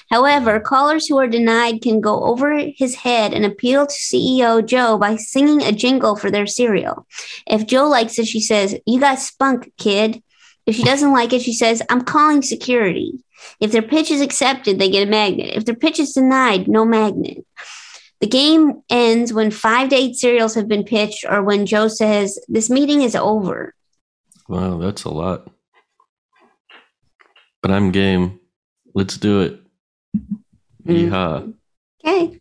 Speaker 2: However, callers who are denied can go over his head and appeal to CEO Joe by singing a jingle for their cereal. If Joe likes it, she says, You got spunk, kid. If she doesn't like it, she says, I'm calling security. If their pitch is accepted, they get a magnet. If their pitch is denied, no magnet. The game ends when five to eight cereals have been pitched or when Joe says, This meeting is over.
Speaker 1: Wow, that's a lot. But I'm game. Let's do it.
Speaker 2: Mm.
Speaker 1: Yeehaw.
Speaker 2: Okay.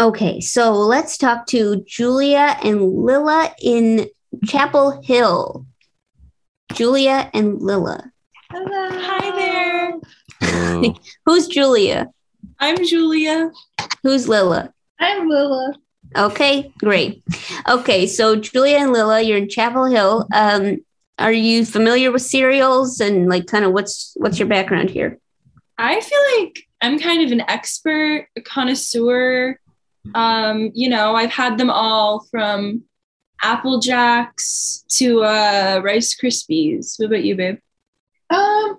Speaker 2: Okay, so let's talk to Julia and Lilla in Chapel Hill. Julia and Lilla.
Speaker 5: Hello. <laughs> Hi there.
Speaker 1: Hello.
Speaker 2: Who's Julia?
Speaker 5: I'm Julia.
Speaker 2: Who's Lilla?
Speaker 5: I'm Lula.
Speaker 2: Okay, great. Okay, so Julia and Lilla, you're in Chapel Hill. Um, are you familiar with cereals and like kind of what's what's your background here?
Speaker 5: I feel like I'm kind of an expert, a connoisseur. Um, you know, I've had them all from Apple Jacks to uh, Rice Krispies. What about you, babe?
Speaker 6: Um,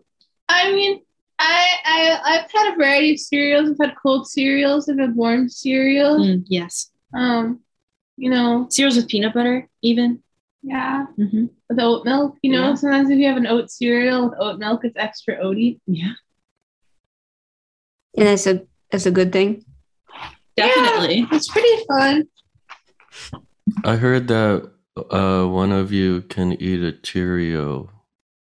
Speaker 6: I mean, I, I I've had a variety of cereals. I've had cold cereals. I've had warm cereals.
Speaker 5: Mm, yes.
Speaker 6: Um, you know,
Speaker 5: Cereals with peanut butter, even.
Speaker 6: yeah,
Speaker 5: Mm-hmm.
Speaker 6: with oat milk. You know,
Speaker 5: Yeah.
Speaker 6: sometimes if you have an oat cereal with oat milk, it's extra oaty.
Speaker 5: Yeah.
Speaker 2: And that's a that's a good thing.
Speaker 5: Definitely.
Speaker 6: It's pretty fun.
Speaker 1: I heard that uh, one of you can eat a Cheerio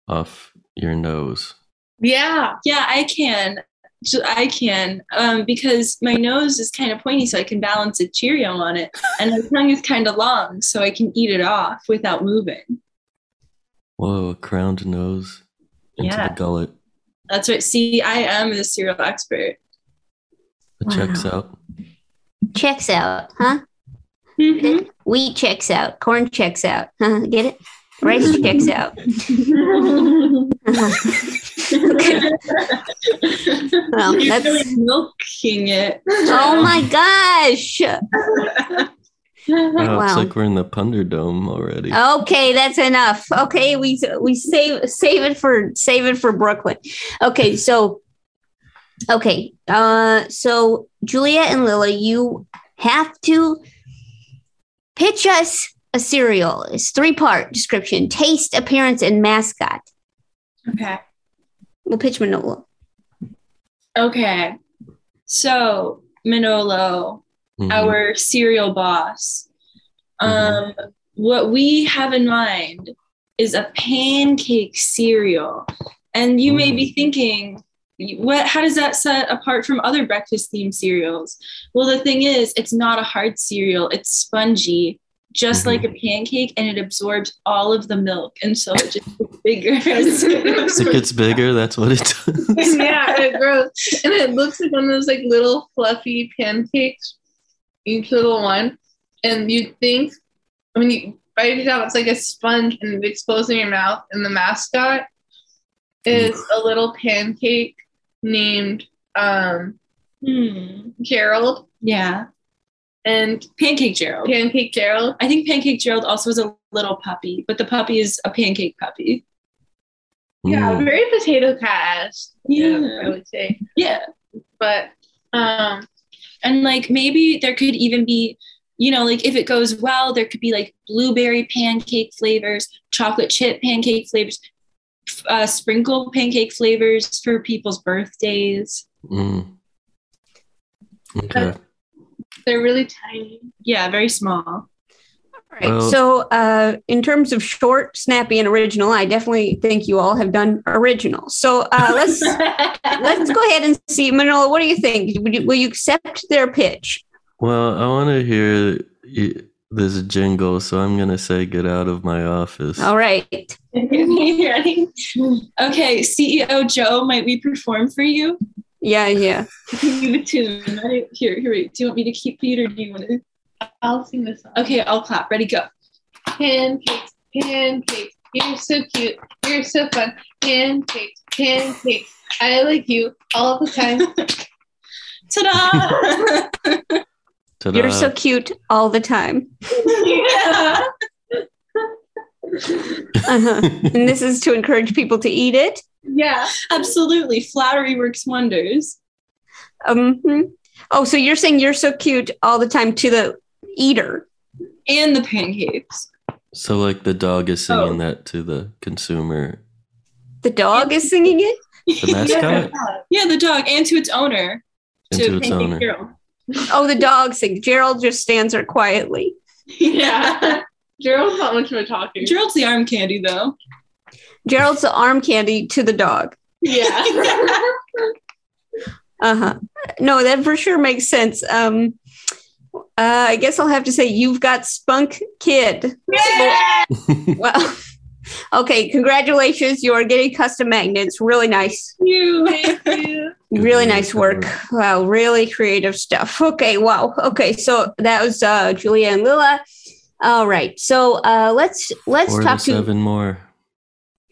Speaker 1: off your nose.
Speaker 6: Yeah.
Speaker 5: Yeah, I can. Ju- I can um, because my nose is kind of pointy, so I can balance a Cheerio on it, and my tongue is kind of long, so I can eat it off without moving.
Speaker 1: Whoa, a crowned nose into
Speaker 5: Yeah.
Speaker 1: the gullet.
Speaker 5: That's what. See, I am the cereal expert.
Speaker 1: It
Speaker 2: Wow.
Speaker 1: checks out.
Speaker 2: Checks out, huh? Wheat checks out. Corn checks out. Huh? Get it? Rice checks out. Okay. Well,
Speaker 5: <laughs> You're
Speaker 2: that's-
Speaker 5: really milking it.
Speaker 2: oh my
Speaker 5: <laughs>
Speaker 2: gosh.
Speaker 1: Wow,
Speaker 2: Wow. Oh.
Speaker 1: It's like we're in the Punder Dome already.
Speaker 2: Okay, that's enough. Okay, we we save save it for save it for Brooklyn. Okay, so okay, uh, so Julia and Lila, you have to pitch us a cereal. It's three part description: taste, appearance, and mascot.
Speaker 5: Okay.
Speaker 2: We'll pitch Manolo.
Speaker 5: Okay. So Manolo,
Speaker 1: Mhm.
Speaker 5: our cereal boss. Um, What we have in mind is a pancake cereal. And you
Speaker 6: Mm.
Speaker 5: may be thinking, what, how does that set apart from other breakfast themed cereals? Well, the thing is, it's not a hard cereal, it's spongy, just
Speaker 1: Mhm.
Speaker 5: like a
Speaker 6: Mm-hmm.
Speaker 5: pancake, and it absorbs all of the milk. And so it just
Speaker 6: <laughs>
Speaker 5: gets bigger.
Speaker 1: <laughs>
Speaker 5: <laughs>
Speaker 1: As it gets bigger, that's what it does.
Speaker 6: yeah, it grows, and it looks like one of those like little fluffy pancakes, each little one, and you think, I mean, you bite it out, it's like a sponge, and it explodes in your mouth. And the mascot is a little pancake named um,
Speaker 5: Hmm.
Speaker 6: Gerald,
Speaker 5: Yeah.
Speaker 6: and
Speaker 5: Pancake Gerald.
Speaker 6: Pancake Gerald,
Speaker 5: I think Pancake Gerald also is a little puppy, but the puppy is a pancake puppy.
Speaker 6: yeah,
Speaker 2: Hmm.
Speaker 1: Mm.
Speaker 6: very potato cast,
Speaker 5: Yeah.
Speaker 6: I would say,
Speaker 5: Yeah.
Speaker 6: but um,
Speaker 5: And like maybe there could even be, you know, like if it goes well, there could be like blueberry pancake flavors, chocolate chip pancake flavors, f- uh, sprinkle pancake flavors for people's birthdays.
Speaker 1: Mm. Okay.
Speaker 6: they're really tiny.
Speaker 5: Yeah, very small.
Speaker 2: All right.
Speaker 1: Well-
Speaker 2: so, uh, in terms of short, snappy, and original, I definitely think you all have done original. So uh, let's let's go ahead and see, Manola. What do you think? Would you, will you accept their pitch?
Speaker 1: Well, I want to hear y- this jingle, so I'm gonna say "Get out of my office."
Speaker 2: All right.
Speaker 5: <laughs> Ready? Okay, CEO E Joe, might we perform for you?
Speaker 2: Yeah, yeah.
Speaker 5: <laughs> You the tune. Ready? Here, here. Wait. Do you want me to keep it, or do you want to?
Speaker 6: I'll sing this song.
Speaker 5: Okay, I'll clap. Ready?
Speaker 6: <laughs>
Speaker 5: Go.
Speaker 6: Pancakes, pancakes, you're so cute, you're so fun. Pancakes, pancakes, I like you all the time.
Speaker 5: Ta-da!
Speaker 1: Ta-da.
Speaker 2: You're so cute all the time.
Speaker 5: yeah.
Speaker 2: Uh-huh. and this is to encourage people to eat it.
Speaker 6: yeah.
Speaker 5: Absolutely, flattery works wonders.
Speaker 2: Um, hmm. oh, so you're saying you're so cute all the time to the eater.
Speaker 5: And the pancakes.
Speaker 1: So, like the dog is singing
Speaker 5: Oh.
Speaker 1: that to the consumer,
Speaker 2: The dog is singing it.
Speaker 1: the mascot,
Speaker 5: Yeah, the dog, and to its owner.
Speaker 1: and to its
Speaker 5: Pancake
Speaker 1: owner.
Speaker 5: Girl.
Speaker 2: Oh, the dog sings. Gerald just stands there quietly.
Speaker 5: <laughs> Yeah.
Speaker 6: Gerald's not much of a talker.
Speaker 5: Gerald's the arm candy, though.
Speaker 2: Gerald's the arm candy to the dog.
Speaker 5: <laughs>
Speaker 6: yeah.
Speaker 2: Uh-huh. No, that for sure makes sense. Um uh, I guess I'll have to say you've got spunk kid. Well, <laughs> okay, congratulations. You are getting custom magnets. Really nice.
Speaker 5: you.
Speaker 6: Thank you.
Speaker 1: Good
Speaker 2: really
Speaker 1: work,
Speaker 2: nice
Speaker 1: good
Speaker 2: work.
Speaker 1: work.
Speaker 2: Wow, really creative stuff. Okay, wow. Okay, so that was uh Julia and Lila. All right. So uh let's let's
Speaker 1: Four to
Speaker 2: talk to
Speaker 1: seven more.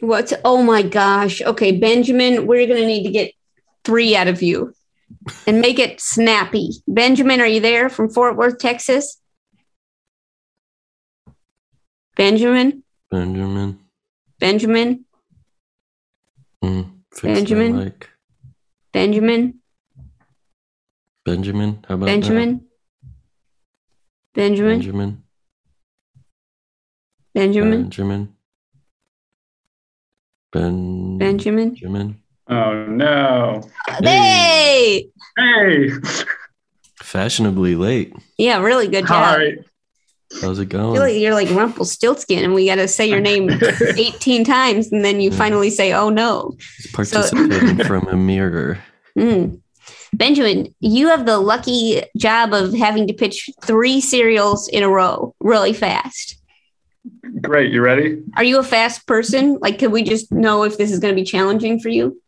Speaker 2: What's oh my gosh. Okay, Benjamin, we're gonna need to get three out of you and make it snappy. Benjamin, are you there from Fort Worth, Texas? Benjamin,
Speaker 1: Benjamin.
Speaker 2: Benjamin,
Speaker 1: Mm, fix that
Speaker 2: Benjamin?
Speaker 1: mic.
Speaker 2: Benjamin,
Speaker 1: Benjamin. How about that?
Speaker 2: Benjamin, Benjamin,
Speaker 1: Benjamin.
Speaker 2: Benjamin,
Speaker 1: Benjamin. Ben.
Speaker 2: Benjamin.
Speaker 1: Benjamin.
Speaker 7: Oh no.
Speaker 2: Uh, Hey!
Speaker 7: Hey.
Speaker 1: Fashionably late.
Speaker 2: Yeah, really good job.
Speaker 7: Hi.
Speaker 1: How's it
Speaker 2: I
Speaker 1: going?
Speaker 2: feel like you're like Rumpelstiltskin, and we got to say
Speaker 7: <laughs>
Speaker 2: your name 18 times, and then you
Speaker 1: Yeah.
Speaker 2: finally say, oh no.
Speaker 1: He's participating from a
Speaker 2: <laughs>
Speaker 1: mirror.
Speaker 2: Mm. Benjamin, you have the lucky job of having to pitch three cereals in a row really fast.
Speaker 7: Great. You ready?
Speaker 2: Are you a fast person? Like, can we just know if this is going to be challenging for you?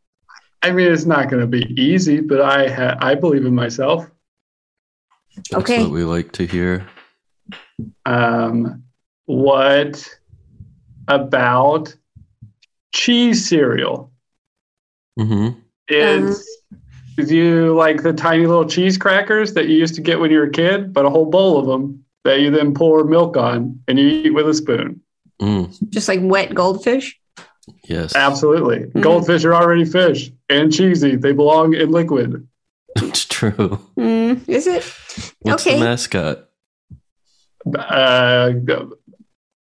Speaker 7: I mean, it's not going to be easy, but I ha- I believe in myself.
Speaker 1: That's
Speaker 2: Okay.
Speaker 1: what we like to hear.
Speaker 7: Um, what about cheese cereal?
Speaker 1: hmm
Speaker 7: It's do you like the tiny little cheese crackers that you used to get when you were a kid, but a whole bowl of them that you then pour milk on and you eat with a spoon.
Speaker 1: Mm,
Speaker 2: Just like wet goldfish?
Speaker 1: yes.
Speaker 7: Absolutely.
Speaker 2: Mhm.
Speaker 7: Goldfish are already fish and cheesy. They belong in liquid.
Speaker 1: <laughs> It's true.
Speaker 2: Mm, is it?
Speaker 1: What's
Speaker 2: Okay.
Speaker 1: the mascot?
Speaker 7: uh,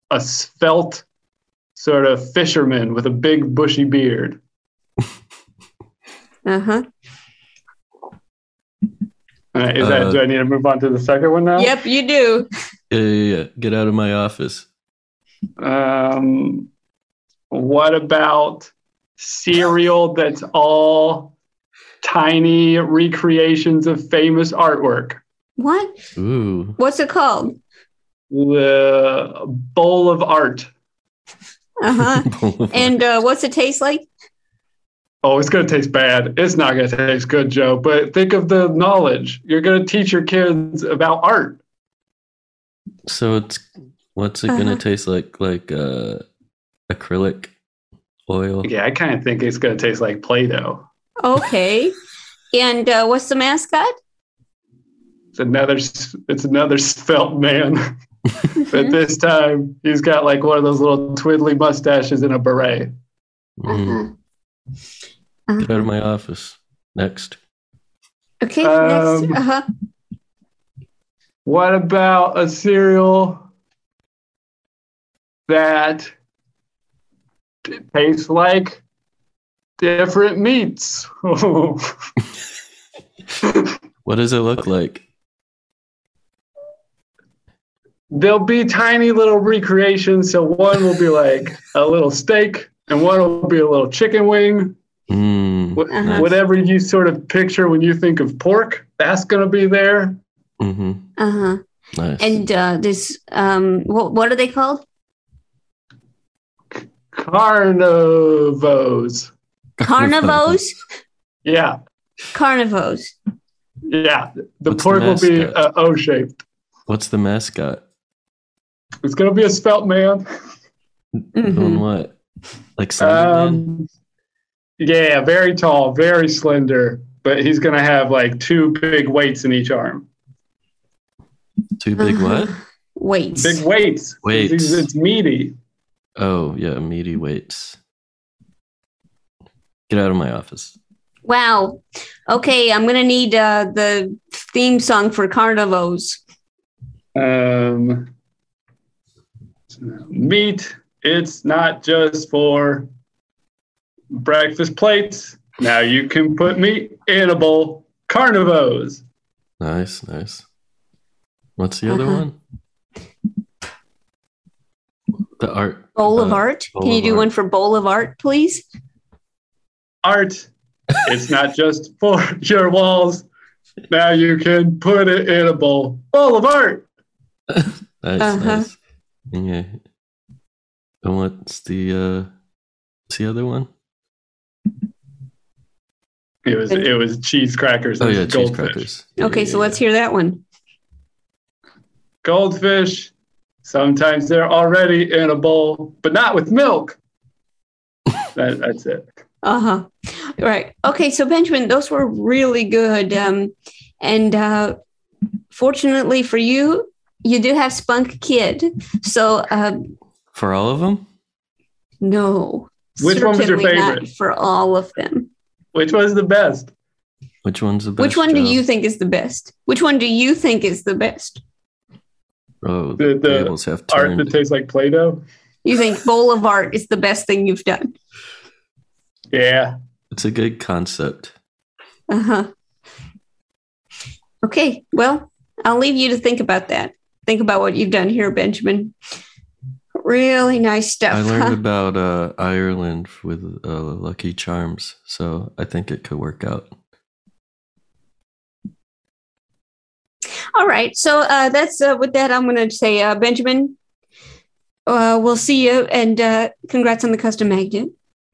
Speaker 7: a svelte sort of fisherman with a big bushy beard.
Speaker 2: Uh huh.
Speaker 7: All right, is that?
Speaker 1: Uh,
Speaker 7: do I need to move on to the second one now?
Speaker 2: Yep, you do.
Speaker 1: Yeah, yeah, yeah. Get out of my office.
Speaker 7: Um, what about cereal that's all tiny recreations of famous artwork?
Speaker 2: What?
Speaker 1: Ooh.
Speaker 2: What's it called?
Speaker 7: The bowl of art.
Speaker 1: <laughs>
Speaker 2: Uh huh. and uh, what's it taste like?
Speaker 7: Oh, it's going to taste bad. It's not going to taste good, Joe. But think of the knowledge. You're going to teach your kids about art.
Speaker 1: so it's what's it gonna
Speaker 2: Uh-huh.
Speaker 1: taste like? Like uh, acrylic oil.
Speaker 7: Yeah, I kind of think it's going to taste like Play-Doh.
Speaker 2: Okay. and uh, what's the mascot?
Speaker 7: It's another, s- it's another <laughs> svelte
Speaker 1: <laughs>
Speaker 7: man, but this time he's got like one of those little twiddly mustaches and a beret.
Speaker 1: Mm.
Speaker 2: Mm-hmm.
Speaker 1: Get out
Speaker 2: Uh-huh.
Speaker 1: of my office. Next.
Speaker 2: Okay,
Speaker 7: Um,
Speaker 2: next. Uh huh.
Speaker 7: What about a cereal that t- tastes like different meats? <laughs> Oh,
Speaker 1: What does it look like?
Speaker 7: there'll be tiny little recreations. So one will be like a little steak, and one will be a little chicken wing.
Speaker 1: Mm,
Speaker 7: What,
Speaker 2: Uh-huh.
Speaker 7: Whatever you sort of picture when you think of pork, that's going to be there.
Speaker 1: hmm
Speaker 2: Uh huh.
Speaker 1: Nice.
Speaker 2: And uh, this, um, what, what are they called?
Speaker 7: Carnivores.
Speaker 2: Carnivores.
Speaker 7: <laughs> Yeah,
Speaker 2: Carnivores.
Speaker 7: yeah. The
Speaker 1: What's the
Speaker 7: pork will be
Speaker 1: mascot?
Speaker 7: uh, O shaped.
Speaker 1: What's the mascot?
Speaker 7: It's going to be a spelt man.
Speaker 1: Doing
Speaker 2: Mhm.
Speaker 1: what? Like Slenderman?
Speaker 7: Um, yeah, very tall, very slender, but he's going to have like two big weights in each arm.
Speaker 1: Too big
Speaker 2: Uh-huh.
Speaker 1: what?
Speaker 2: Weights.
Speaker 7: Big weights.
Speaker 1: Weights.
Speaker 7: It's, it's meaty.
Speaker 1: Oh yeah, meaty weights. Get out of my office.
Speaker 2: Wow. Okay, I'm gonna need uh, the theme song for Carnivores.
Speaker 7: Um, meat. It's not just for breakfast plates. Now you can put meat in a bowl. Carnivores.
Speaker 1: Nice, nice. What's the other
Speaker 2: Uh-huh.
Speaker 1: one? The art.
Speaker 2: Bowl of
Speaker 1: Uh,
Speaker 2: Art.
Speaker 1: Bowl
Speaker 2: Can you
Speaker 1: of
Speaker 2: do
Speaker 1: Art.
Speaker 2: one for Bowl of Art, please?
Speaker 7: Art. It's not just for <laughs> your walls. Now you can put it in a bowl. Bowl of art.
Speaker 1: Nice,
Speaker 2: Uh-huh.
Speaker 1: nice. Yeah. And what's the uh what's the other one?
Speaker 7: It was it was cheese crackers.
Speaker 1: Oh
Speaker 7: and
Speaker 1: yeah, cheese
Speaker 7: goldfish.
Speaker 1: crackers.
Speaker 2: Okay, so let's hear that one.
Speaker 7: Goldfish. Sometimes they're already in a bowl, but not with
Speaker 1: <laughs>
Speaker 7: milk. that, that's it.
Speaker 2: Uh huh. Right. Okay. So Benjamin, those were really good. Um, and uh, fortunately for you, you do have Spunk Kid. So uh,
Speaker 1: For all of them?
Speaker 2: no.
Speaker 7: Which one was your
Speaker 2: certainly not
Speaker 7: favorite?
Speaker 2: for all of them?
Speaker 7: Which was the best?
Speaker 1: Which one's the best?
Speaker 2: Which one do
Speaker 1: Joe?
Speaker 2: you think is the best? Which one do you think is the best?
Speaker 1: Oh,
Speaker 7: The-
Speaker 1: the,
Speaker 7: the
Speaker 1: tables have
Speaker 7: Art
Speaker 1: turned.
Speaker 7: that tastes like Play-Doh.
Speaker 2: You think Bowl of Art is the best thing you've done?
Speaker 7: Yeah.
Speaker 1: it's a good concept.
Speaker 2: Uh huh. Okay. Well, I'll leave you to think about that. Think about what you've done here, Benjamin. Really nice stuff.
Speaker 1: I
Speaker 2: huh? <laughs>
Speaker 1: learned about uh, Ireland with uh, Lucky Charms, so I think it could work out.
Speaker 2: All right. So uh, that's uh, with that. I'm going to say, uh, Benjamin, uh, we'll see you, and uh, congrats on the custom magnet.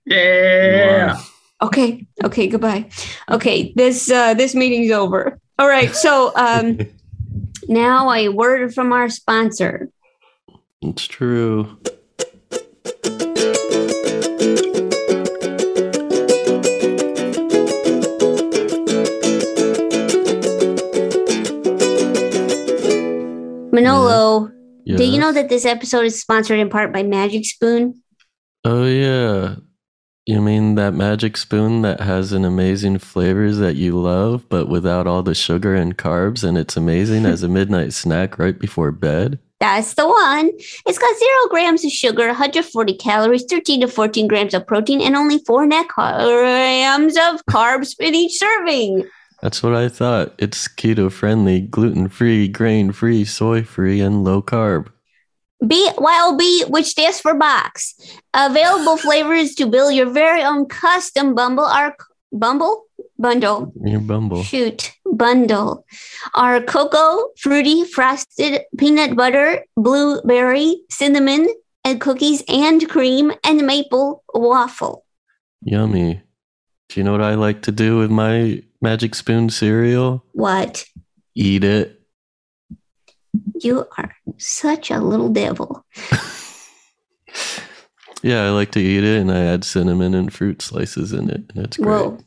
Speaker 7: Yeah.
Speaker 2: Okay. Okay. Goodbye. Okay. This uh, this meeting's over. All right. So
Speaker 1: <laughs>
Speaker 2: um, now a word from our sponsor.
Speaker 1: It's true.
Speaker 2: Manolo, do you
Speaker 1: Yes.
Speaker 2: know that this episode is sponsored in part by Magic Spoon?
Speaker 1: Oh yeah. You mean that magic spoon that has an amazing flavors that you love, but without all the sugar and carbs, and it's amazing as a midnight snack right before bed?
Speaker 2: That's the one. It's got zero grams of sugar, 140 calories, 13 to 14 grams of protein, and only four net grams of carbs in each serving.
Speaker 1: That's what I thought. It's keto friendly, gluten free, grain free, soy free, and low carb.
Speaker 2: BYOB, which stands for box. Available flavors to build your very own custom Bumble arc Bumble bundle.
Speaker 1: Your bumble.
Speaker 2: Shoot, bundle are cocoa, fruity, frosted, peanut butter, blueberry, cinnamon, and cookies and cream and maple waffle.
Speaker 1: Yummy. Do you know what I like to do with my magic spoon cereal?
Speaker 2: What?
Speaker 1: Eat it.
Speaker 2: You are such a little devil.
Speaker 1: Yeah, I like to eat it and I add cinnamon and fruit slices in it. That's great.
Speaker 2: Whoa.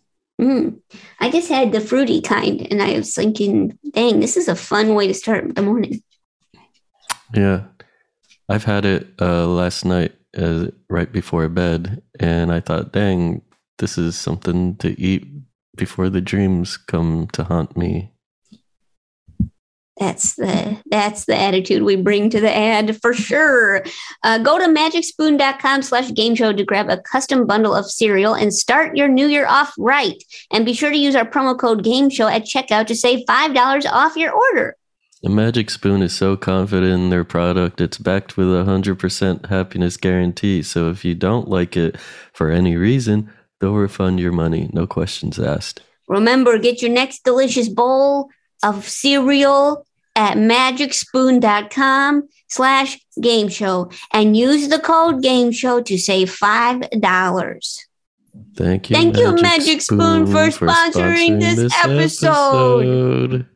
Speaker 2: Mm. I just had the fruity kind and I was thinking, dang, this is a fun way to start the morning.
Speaker 1: Yeah. I've had it uh, last night uh, right before bed, and I thought, dang, this is something to eat before the dreams come to haunt me.
Speaker 2: That's the that's the attitude we bring to the ad for sure. Uh, go to magicspoon.com slash game show to grab a custom bundle of cereal and start your new year off right. And be sure to use our promo code game show at checkout to save $5 off your order.
Speaker 1: The Magic Spoon is so confident in their product, it's backed with a 100% happiness guarantee. So if you don't like it for any reason, they'll refund your money. No questions asked.
Speaker 2: Remember, get your next delicious bowl of cereal at magicspoon.com slash game show and use the code game show to save five dollars.
Speaker 1: Thank you.
Speaker 2: Thank you, Magic Spoon, for sponsoring this episode.
Speaker 1: episode.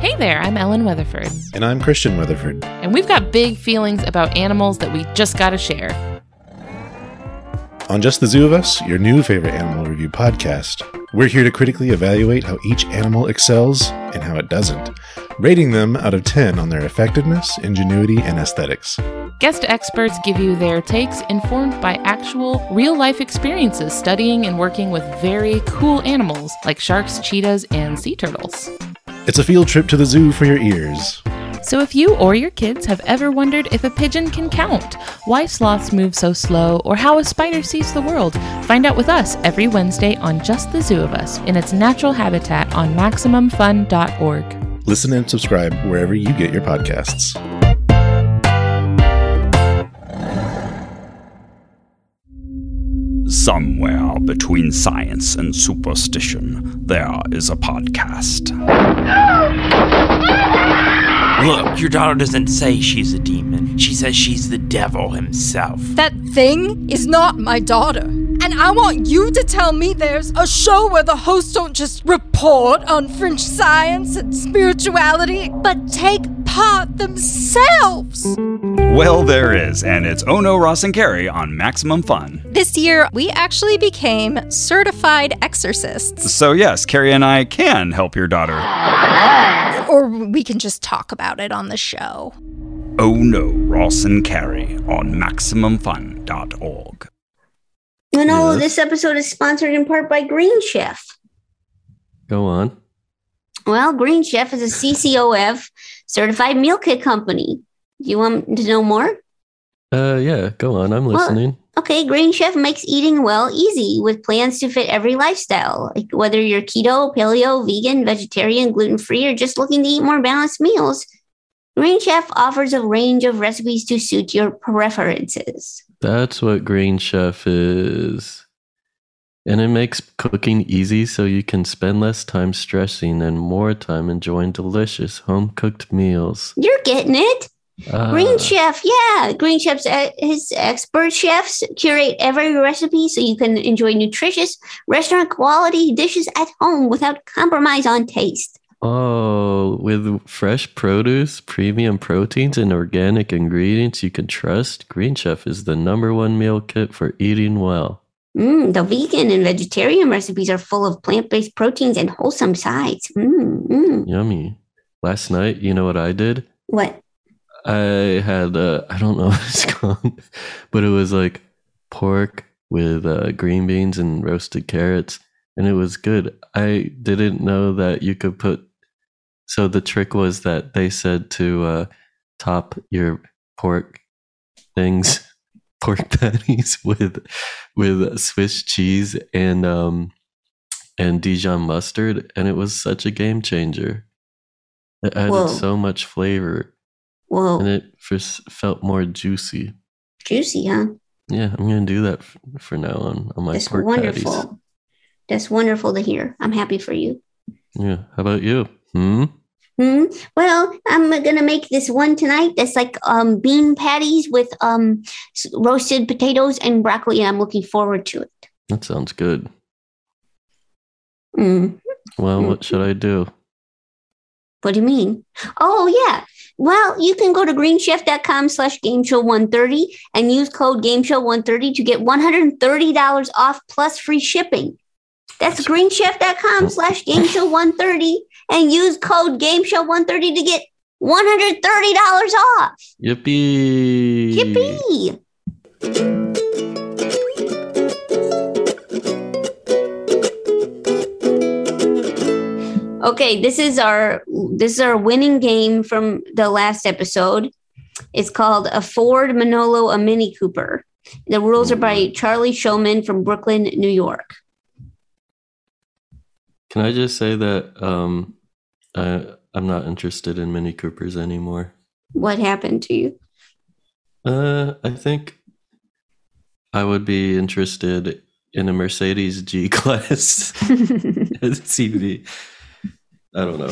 Speaker 8: Hey there, I'm Ellen Weatherford,
Speaker 9: And I'm Christian Weatherford.
Speaker 8: and we've got big feelings about animals that we just gotta share.
Speaker 9: On Just the Zoo of Us, your new favorite animal review podcast, we're here to critically evaluate how each animal excels and how it doesn't, rating them out of 10 on their effectiveness, ingenuity, and aesthetics.
Speaker 8: Guest experts give you their takes informed by actual, real life experiences studying and working with very cool animals like sharks, cheetahs, and sea turtles.
Speaker 9: It's a field trip to the zoo for your ears.
Speaker 8: So, if you or your kids have ever wondered if a pigeon can count, why sloths move so slow, or how a spider sees the world, find out with us every Wednesday on Just the Zoo of Us in its natural habitat on MaximumFun.org.
Speaker 9: Listen and subscribe wherever you get your podcasts.
Speaker 10: Somewhere between science and superstition, there is a podcast.
Speaker 11: Look, your daughter doesn't say she's a demon. She says she's the devil himself.
Speaker 12: That thing is not my daughter. And I want you to tell me there's a show where the hosts don't just report on French science and spirituality, but take part themselves.
Speaker 10: Well, there is, and it's Ono Ross and Carrie on Maximum Fun.
Speaker 12: This year, we actually became certified exorcists.
Speaker 10: So, yes, Carrie and I can help your daughter.
Speaker 12: Or we can just talk about it on the show.
Speaker 10: Ono Oh Ross and Carrie on MaximumFun.org.
Speaker 2: You know,
Speaker 1: Yes.
Speaker 2: this episode is sponsored in part by Green Chef.
Speaker 1: Go on.
Speaker 2: Well, Green Chef is a CCOF certified meal kit company. You want to know more?
Speaker 1: Uh, yeah, go on. I'm
Speaker 2: Well,
Speaker 1: listening.
Speaker 2: Okay, Green Chef makes eating well easy with plans to fit every lifestyle, like whether you're keto, paleo, vegan, vegetarian, gluten free, or just looking to eat more balanced meals. Green Chef offers a range of recipes to suit your preferences.
Speaker 1: That's what Green Chef is. And it makes cooking easy so you can spend less time stressing and more time enjoying delicious home cooked meals.
Speaker 2: You're getting it. Green
Speaker 1: Ah.
Speaker 2: Chef, yeah. Green Chef's uh, his expert chefs curate every recipe so you can enjoy nutritious restaurant quality dishes at home without compromise on taste.
Speaker 1: Oh, with fresh produce, premium proteins, and organic ingredients you can trust, Green Chef is the number one meal kit for eating well.
Speaker 2: Mm, the vegan and vegetarian recipes are full of plant-based proteins and wholesome sides. Mm, mm.
Speaker 1: Yummy. Last night, you know what I did?
Speaker 2: What?
Speaker 1: I had, uh, I don't know <laughs> what it's called, but it was like pork with uh, green beans and roasted carrots, and it was good. I didn't know that you could put. So the trick was that they said to uh, top your pork things, <laughs> pork patties with with Swiss cheese and um and Dijon mustard, and it was such a game changer. It added
Speaker 2: Whoa.
Speaker 1: so much flavor
Speaker 2: Whoa,
Speaker 1: and it just felt more juicy.
Speaker 2: juicy, huh?
Speaker 1: Yeah, I'm gonna do that f- for now on on my
Speaker 2: That's
Speaker 1: pork
Speaker 2: wonderful.
Speaker 1: patties.
Speaker 2: That's wonderful to hear. I'm happy for you.
Speaker 1: Yeah, how about you? Hmm.
Speaker 2: Hmm. Well, I'm gonna make this one tonight. That's like um bean patties with um s- roasted potatoes and broccoli, and I'm looking forward to it.
Speaker 1: That sounds good.
Speaker 2: Mm.
Speaker 1: Well, what should I do?
Speaker 2: What do you mean? Oh yeah. Well, you can go to greenchef.com slash game show 130 and use code game show 130 to get $130 off plus free shipping. That's greenchef.com slash game show 130 and use code game show 130 to get $130 off.
Speaker 1: Yippee!
Speaker 2: Yippee! Okay, this is our this is our winning game from the last episode. It's called a Ford Manolo a Mini Cooper. The rules are by Charlie Showman from Brooklyn, New York.
Speaker 1: Can I just say that um, I I'm not interested in Mini Coopers anymore.
Speaker 2: What happened to you?
Speaker 1: Uh, I think I would be interested in a Mercedes G
Speaker 2: <laughs>
Speaker 1: class <laughs> CV. I don't know,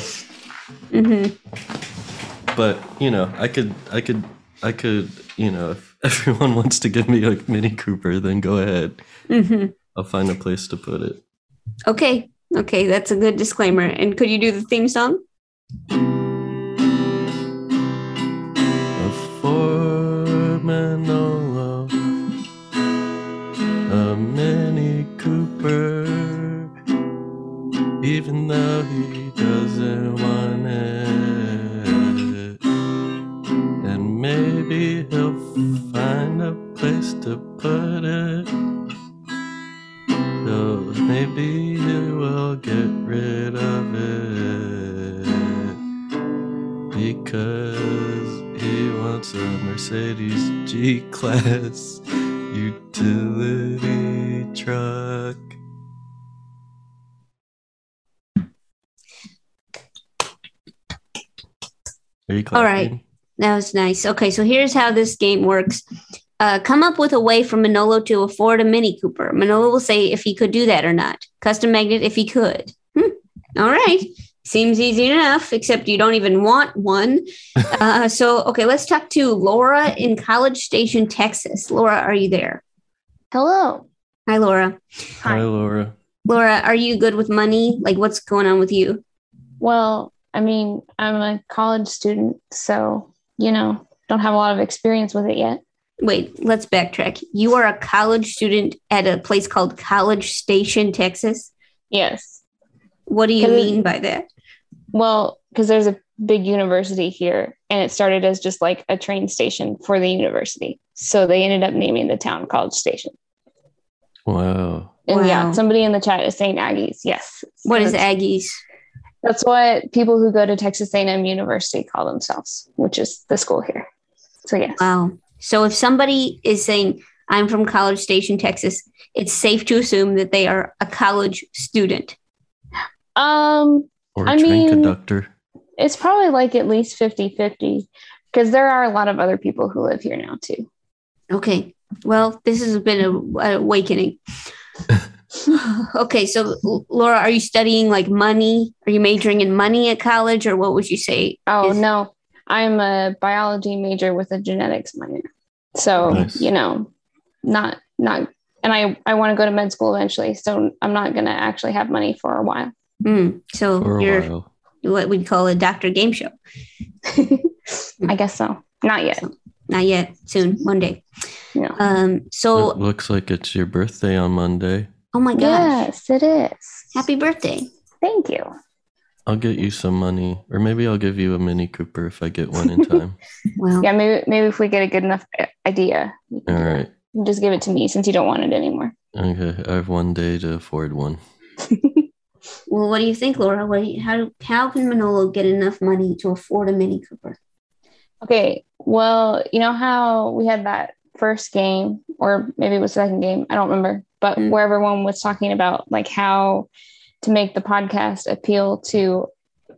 Speaker 2: Mm-hmm.
Speaker 1: but you know, I could, I could, I could, you know, if <laughs> everyone wants to give me a Mini Cooper, then go ahead.
Speaker 2: Mm-hmm.
Speaker 1: I'll find a place to put it.
Speaker 2: Okay. Okay, that's a good disclaimer. And could you do the theme song?
Speaker 1: Formanolo, a Mini Cooper, even though he doesn't want it. And maybe he'll find a place to put it. So maybe he will get rid of it because he wants a Mercedes G Class utility truck. Are you
Speaker 2: All right. That was nice. Okay, so here's how this game works. Uh, come up with a way for Manolo to afford a Mini Cooper. Manolo will say if he could do that or not. Custom magnet if he could. Hmm. All right. Seems easy enough, except you don't even want one. Uh, so, okay, let's talk to Laura in College Station, Texas. Laura, are you there? Hello. Hi, Laura.
Speaker 1: Hi, Laura.
Speaker 2: Laura, are you good with money? Like, what's going on with you?
Speaker 13: Well, I mean, I'm a college student, so, you know, don't have a lot of experience with it yet.
Speaker 2: Wait, let's backtrack. You are a college student at a place called College Station, Texas.
Speaker 13: Yes.
Speaker 2: What do you mean by that?
Speaker 13: Well, because there's a big university here, and it started as just like a train station for the university. So they ended up naming the town College Station.
Speaker 1: Wow.
Speaker 13: And yeah, somebody in the chat is saying Aggies. Yes.
Speaker 2: What is Aggies?
Speaker 13: That's what people who go to Texas A&M University call themselves, which is the school here. So yes.
Speaker 2: Wow. So if somebody is saying, I'm from College Station, Texas, it's safe to assume that they are a college student.
Speaker 13: Um,
Speaker 1: Or a
Speaker 13: I
Speaker 1: train
Speaker 13: mean,
Speaker 1: conductor.
Speaker 13: it's probably like at least 50 50 because there are a lot of other people who live here now too.
Speaker 2: Okay. Well, this has been a, an awakening. <laughs> okay. So, L- Laura, are you studying like money? Are you majoring in money at college or what would you say?
Speaker 13: Oh, no. I'm a biology major with a genetics minor. So,
Speaker 2: Nice.
Speaker 13: you know, not, not, and I, I want to go to med school eventually. So I'm not going to actually have money for a while.
Speaker 2: Hmm. so,
Speaker 13: For a
Speaker 2: you're
Speaker 13: while.
Speaker 2: what we'd call a doctor game show.
Speaker 13: I guess so. Not yet.
Speaker 2: Not yet. Soon. One day. Um, so,
Speaker 1: It looks like it's your birthday on Monday.
Speaker 2: oh my gosh.
Speaker 13: Yes, it is.
Speaker 2: Happy birthday.
Speaker 13: Thank you.
Speaker 1: I'll get you some money, or maybe I'll give you a Mini Cooper if I get one in time.
Speaker 2: Well,
Speaker 13: yeah, maybe, maybe if we get a good enough i- idea,
Speaker 1: All right.
Speaker 13: you just give it to me since you don't want it anymore.
Speaker 1: Okay. I have one day to afford one.
Speaker 2: Well, what do you think, Laura? What do you, how how can Manolo get enough money to afford a Mini Cooper?
Speaker 13: Okay. Well, you know how we had that first game, or maybe it was the second game, I don't remember, but where everyone was talking about like how to make the podcast appeal to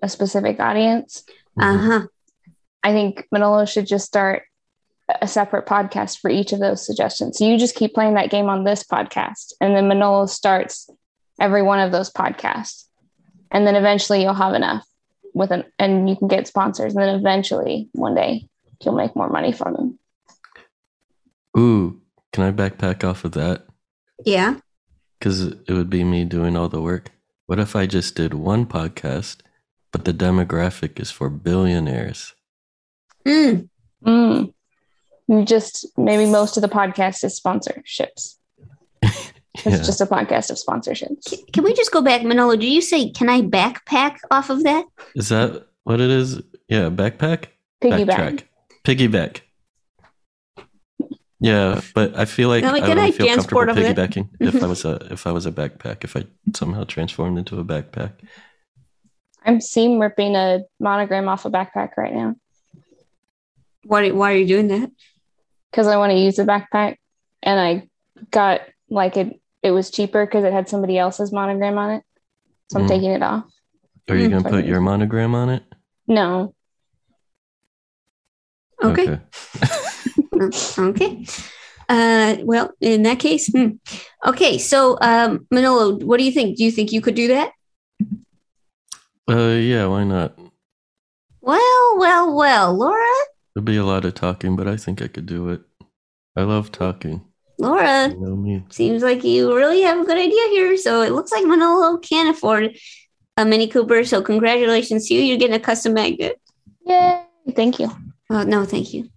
Speaker 13: a specific audience.
Speaker 2: Uh huh.
Speaker 13: I think Manolo should just start a separate podcast for each of those suggestions. So you just keep playing that game on this podcast, and then Manolo starts every one of those podcasts, and then eventually you'll have enough with an, and you can get sponsors, and then eventually one day you'll make more money from them.
Speaker 1: Ooh, can I backpack off of that?
Speaker 2: Yeah.
Speaker 1: Because it would be me doing all the work. What if I just did one podcast, but the demographic is for billionaires?
Speaker 2: Mm.
Speaker 13: Mm. You just maybe most of the podcast is
Speaker 1: <laughs>
Speaker 13: sponsorships.
Speaker 1: Yeah.
Speaker 13: It's just a podcast of sponsorships.
Speaker 2: Can we just go back, Manolo? Do you say can I backpack off of that?
Speaker 1: Is that what it is? Yeah, backpack?
Speaker 2: Piggyback.
Speaker 1: Piggyback. Yeah, but I feel like
Speaker 2: Now, like,
Speaker 1: I
Speaker 2: can I
Speaker 1: wouldn't feel
Speaker 2: transport
Speaker 1: comfortable
Speaker 2: over there? <laughs>
Speaker 1: piggybacking if I
Speaker 2: Mhm.
Speaker 1: was a if I was a backpack, if I somehow transformed into a backpack.
Speaker 13: I'm seam ripping a monogram off a backpack right now.
Speaker 2: Why? Why are you doing that?
Speaker 13: Because I want to use the backpack, and I got like it. It was cheaper because it had somebody else's monogram on it, so I'm
Speaker 1: Mm.
Speaker 13: taking it off.
Speaker 1: Are you
Speaker 13: Mm.
Speaker 2: Mm-hmm.
Speaker 1: gonna put your monogram on it?
Speaker 13: No.
Speaker 2: Okay.
Speaker 13: <laughs>
Speaker 2: okay. Uh, well, in that case, hmm. okay. So, um, Manolo, what do you think? Do you think you could do that?
Speaker 1: Uh, yeah, why not?
Speaker 2: Well, well, well, Laura,
Speaker 1: There'd be a lot of talking, but I think I could do it. I love talking.
Speaker 2: Laura.
Speaker 1: You know me.
Speaker 2: Seems like you really have a good idea here. So it looks like Manolo can afford a Mini Cooper. So congratulations to you. You're getting a custom magnet.
Speaker 13: Yay. Thank you.
Speaker 2: Oh, no, thank you.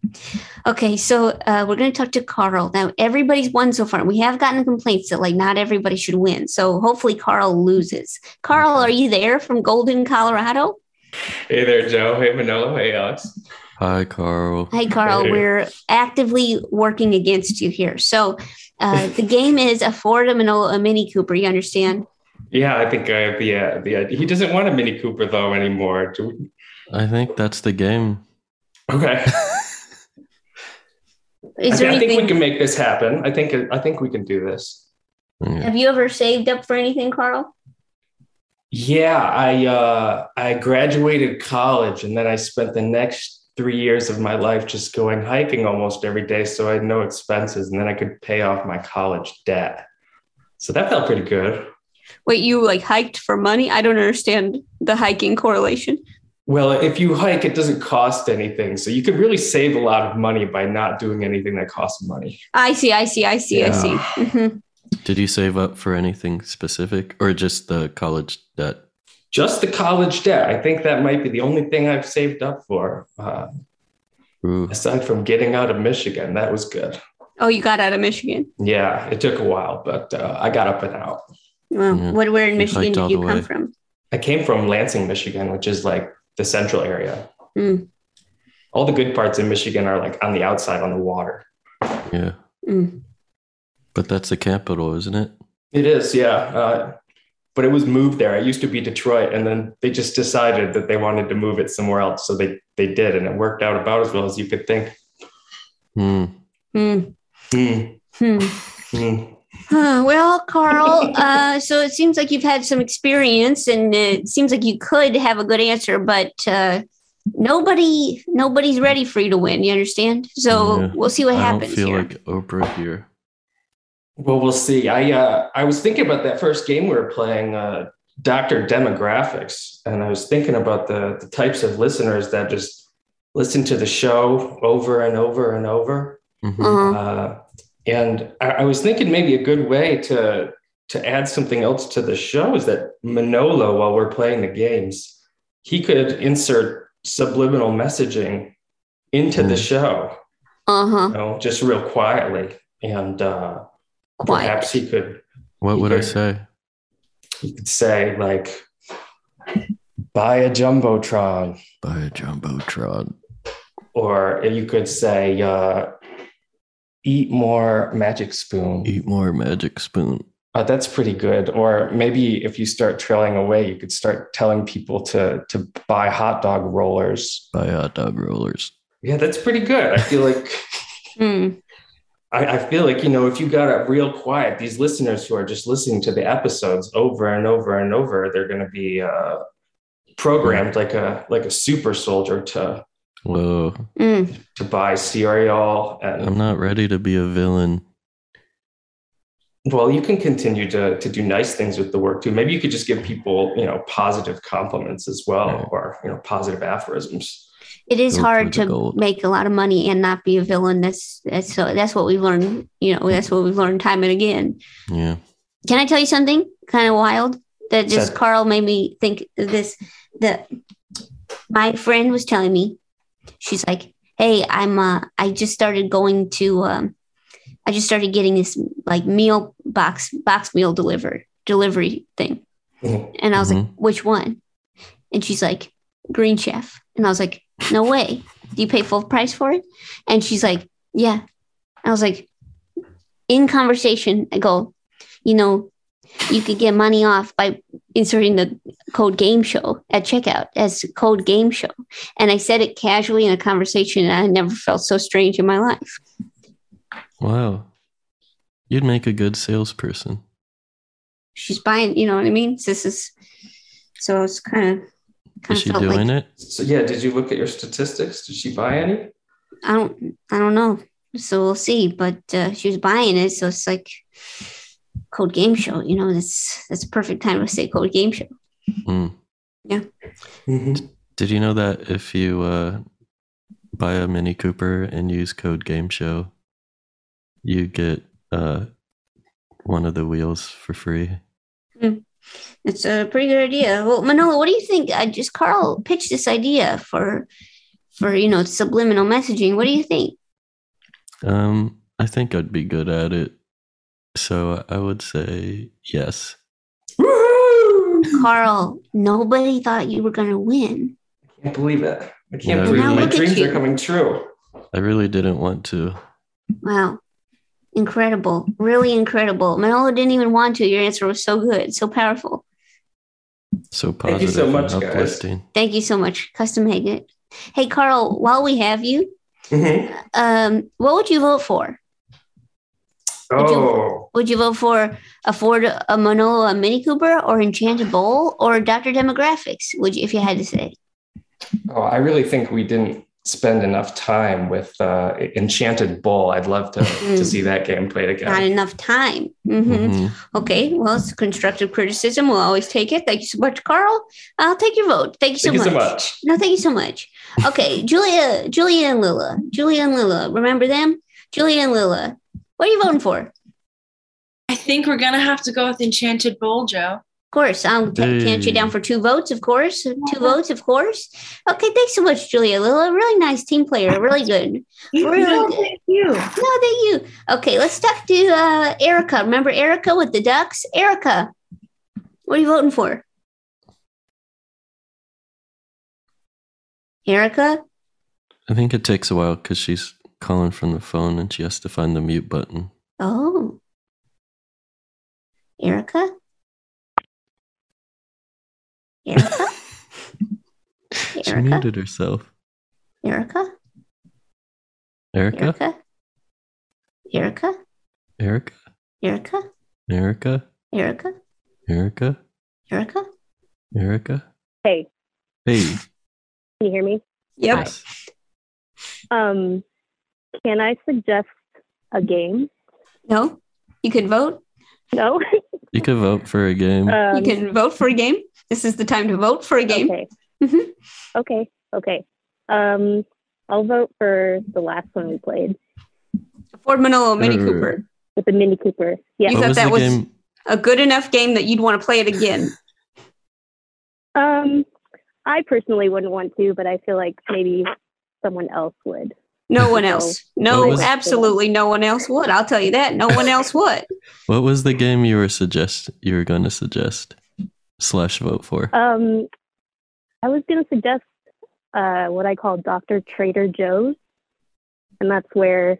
Speaker 2: Okay, so uh, we're going to talk to Carl. Now, everybody's won so far. We have gotten complaints that, like, not everybody should win. So hopefully Carl loses. Carl, are you there from Golden, Colorado?
Speaker 14: Hey there, Joe. Hey, Manolo. Hey, Alex.
Speaker 1: Hi, Carl.
Speaker 2: Hey, Carl,
Speaker 14: Hey.
Speaker 2: we're actively working against you here. So
Speaker 1: <laughs>
Speaker 2: uh, the game is afford a Manolo a Mini Cooper. You understand?
Speaker 14: Yeah, I think I have the uh, the idea. He doesn't want a Mini Cooper though anymore. Do we- <laughs>
Speaker 1: I think that's the game.
Speaker 14: Okay. I,
Speaker 2: Is there
Speaker 14: thi- I think we
Speaker 2: anything?
Speaker 14: can make this happen. I think I think we can do this.
Speaker 2: Have you ever saved up for anything, Carl?
Speaker 14: Yeah, I uh, I graduated college and then I spent the next three years of my life just going hiking almost every day, so I had no expenses, and then I could pay off my college debt. So that felt pretty good.
Speaker 2: Wait, you like hiked for money? I don't understand the hiking correlation.
Speaker 14: Well, if you hike, it doesn't cost anything, so you could really save a lot of money by not doing anything that costs money.
Speaker 2: I see, I see, I see, I see. Mhm.
Speaker 1: Did you save up for anything specific or just the college debt?
Speaker 14: Just the college debt. I think that might be the only thing I've saved up for, uh, aside from getting out of Michigan. That was good.
Speaker 2: Oh, you got out of Michigan.
Speaker 14: Yeah, it took a while, but uh, I got up and out.
Speaker 2: Well,
Speaker 14: Yeah.
Speaker 2: what, where in
Speaker 14: You
Speaker 2: Michigan
Speaker 14: hiked
Speaker 2: did
Speaker 14: all
Speaker 2: you
Speaker 14: the
Speaker 2: come
Speaker 14: way.
Speaker 2: from?
Speaker 14: I came from Lansing, Michigan, which is like the central area.
Speaker 2: Mm,
Speaker 14: All the good parts in Michigan are like on the outside on the water.
Speaker 1: Yeah.
Speaker 2: mm.
Speaker 1: But that's the capital, isn't it?
Speaker 14: It is, yeah. Uh, but it was moved there. It used to be Detroit, and then they just decided that they wanted to move it somewhere else. So they they did, and it worked out about as well as you could think.
Speaker 1: Hmm.
Speaker 2: Hmm.
Speaker 14: Hmm.
Speaker 2: Hmm.
Speaker 14: Hmm.
Speaker 2: Huh, well,
Speaker 14: <laughs>
Speaker 2: Carl, uh, so it seems like you've had some experience, and it seems like you could have a good answer, but uh, nobody, nobody's ready for you to win. You understand? So
Speaker 1: Yeah.
Speaker 2: we'll see what
Speaker 1: I
Speaker 2: happens
Speaker 1: don't feel
Speaker 2: here.
Speaker 1: like Oprah here.
Speaker 14: Well, we'll see. I uh, I was thinking about that first game we were playing, uh, Doctor Demographics, and I was thinking about the the types of listeners that just listen to the show over and over and over.
Speaker 6: Uh-huh.
Speaker 2: Uh-huh.
Speaker 14: Uh, and I, I was thinking maybe a good way to to add something else to the show is that Manolo, while we're playing the games, he could insert subliminal messaging into the show
Speaker 2: Uh huh.
Speaker 14: you know, just real quietly. And uh, perhaps he could
Speaker 1: What would I say?
Speaker 14: he could say like, "Buy a jumbotron,"
Speaker 1: Buy a jumbotron,
Speaker 14: or you could say, uh, "Eat more magic spoon."
Speaker 1: Eat more magic spoon.
Speaker 14: Uh, that's pretty good. Or maybe if you start trailing away, you could start telling people to to buy hot dog rollers.
Speaker 1: Buy hot dog rollers.
Speaker 14: Yeah, that's pretty good. I feel like I, I feel like you know if you got it real quiet these listeners who are just listening to the episodes over and over and over they're going to be uh, programmed like a like a super soldier to
Speaker 1: Whoa.
Speaker 14: to buy cereal and
Speaker 1: I'm not ready to be a villain.
Speaker 14: well you can continue to to do nice things with the work too maybe you could just give people you know positive compliments as well or you know positive aphorisms
Speaker 2: It is
Speaker 14: Go
Speaker 2: hard
Speaker 14: for the
Speaker 2: to
Speaker 14: gold.
Speaker 2: make a lot of money and not be a villain. That's that's so that's what we've learned. You know, that's what we've learned time and again.
Speaker 1: Yeah.
Speaker 2: Can I tell you something kind of wild that just
Speaker 1: Sure.
Speaker 2: Carl made me think of this? That my friend was telling me, she's like, "Hey, I'm uh, I just started going to, um, I just started getting this like meal box box meal delivered delivery thing," and I was like, "Which one?" And she's like, "Green Chef," and I was like, "No way! Do you pay full price for it?" And she's like, "Yeah," I was like, in conversation, I go, you know, you could get money off by inserting the code game show at checkout as code game show. And I said it casually in a conversation, and I never felt so strange in my life.
Speaker 1: Wow. You'd make a good salesperson.
Speaker 2: She's buying, you know what I mean? This is so it's kind of
Speaker 1: Is she doing it?
Speaker 14: So yeah, did you look at your statistics? Did she buy any?
Speaker 2: I don't I don't know. So we'll see. But uh, she was buying it, so it's like cold game show. You know, that's that's a perfect time to say cold game show.
Speaker 1: Mm.
Speaker 2: Yeah.
Speaker 1: Mm-hmm. Did you know that if you uh, buy a Mini Cooper and use code Game Show, you get uh, one of the wheels for free?
Speaker 2: Hmm. It's a pretty good idea. Well, Manola, what do you think? I just Carl pitched this idea for for you know subliminal messaging. What do you think?
Speaker 1: Um, I think I'd be good at it, so I would say yes.
Speaker 2: Carl, nobody thought you were going to win.
Speaker 14: I can't believe it. I
Speaker 1: Yeah,
Speaker 14: can't believe
Speaker 1: really.
Speaker 14: my
Speaker 1: Look at
Speaker 14: dreams
Speaker 2: you.
Speaker 14: are coming true.
Speaker 1: I really didn't want to.
Speaker 2: Wow. Incredible. Really incredible. Manolo didn't even want to. Your answer was so good, so powerful.
Speaker 1: So
Speaker 14: Thank
Speaker 1: positive
Speaker 14: you so much,
Speaker 1: and
Speaker 14: guys.
Speaker 1: uplifting.
Speaker 2: Thank you so much, Custom Haggett. Hey, Carl, while we have you, um, what would you vote for? Would you-
Speaker 14: Oh,
Speaker 2: Would you vote for a Ford, a Manolo, a Mini Cooper, or Enchanted Bowl, or Dr. Demographics? Would you, if you had to say?
Speaker 14: oh, I really think we didn't spend enough time with uh, Enchanted Bull. I'd love to,
Speaker 1: Mm.
Speaker 14: to see that game played
Speaker 2: Not
Speaker 14: again.
Speaker 2: enough time. hmm
Speaker 14: Mm-hmm.
Speaker 2: Okay, well, it's constructive criticism. We'll always take it. Thank you so much, Carl. I'll take your vote. Thank you so,
Speaker 14: Thank you
Speaker 2: much.
Speaker 14: so much.
Speaker 2: No, thank you so much.
Speaker 14: <laughs>
Speaker 2: Okay, Julia, Julia and Lila, Julia and Lila. Remember them? Julia and Lila. What are you voting for? Of
Speaker 5: I think we're gonna have to go with Enchanted Bowl, Joe.
Speaker 2: course, I'll t- count you down for two votes. Of course, two votes. Of course. Okay, thanks so much, Julia, Lila. Really nice team player. Really good. Really
Speaker 6: no,
Speaker 2: good. Thank you. No, thank you. Okay, let's talk to uh, Erica. Remember Erica with the ducks? Erica, what are you voting for? Erica?
Speaker 1: I think it takes a while because she's calling from the phone and she has to find the mute button.
Speaker 2: Oh. Erica? Erica?
Speaker 1: She
Speaker 2: Erica?
Speaker 1: muted herself.
Speaker 2: Erica?
Speaker 1: Erica?
Speaker 2: Erica? Erica?
Speaker 1: Erica?
Speaker 2: Erica?
Speaker 1: Erica?
Speaker 2: Erica?
Speaker 1: Erica?
Speaker 2: Erica?
Speaker 1: Erica?
Speaker 4: Hey,
Speaker 1: Hey.
Speaker 4: can you hear me?
Speaker 1: Yes.
Speaker 4: Um, can I suggest a game?
Speaker 2: No. You could vote.
Speaker 4: No.
Speaker 1: You could vote for a game.
Speaker 4: <laughs> Um,
Speaker 2: you can vote for a game. This is the time to vote for a game. Mm-hmm.
Speaker 4: Okay. Okay. Okay. Um, I'll vote for the last one we played
Speaker 2: Ford Manolo Oh, Mini
Speaker 1: Err.
Speaker 2: Cooper.
Speaker 4: with the Mini Cooper. Yeah.
Speaker 2: You
Speaker 1: What
Speaker 2: thought
Speaker 1: was
Speaker 2: that
Speaker 1: the
Speaker 2: was
Speaker 1: game?
Speaker 2: a good enough game that you'd want to play it again.
Speaker 4: Um, I personally wouldn't want to, but I feel like maybe someone else would.
Speaker 1: <laughs>
Speaker 2: No one else.
Speaker 1: What
Speaker 2: No,
Speaker 1: was-
Speaker 2: absolutely no one else would. I'll tell you that. No one else would.
Speaker 1: What was the game you were suggest you were going to suggest slash vote for?
Speaker 4: Um, I was going to suggest uh, what I call Dr. Trader Joe's, and that's where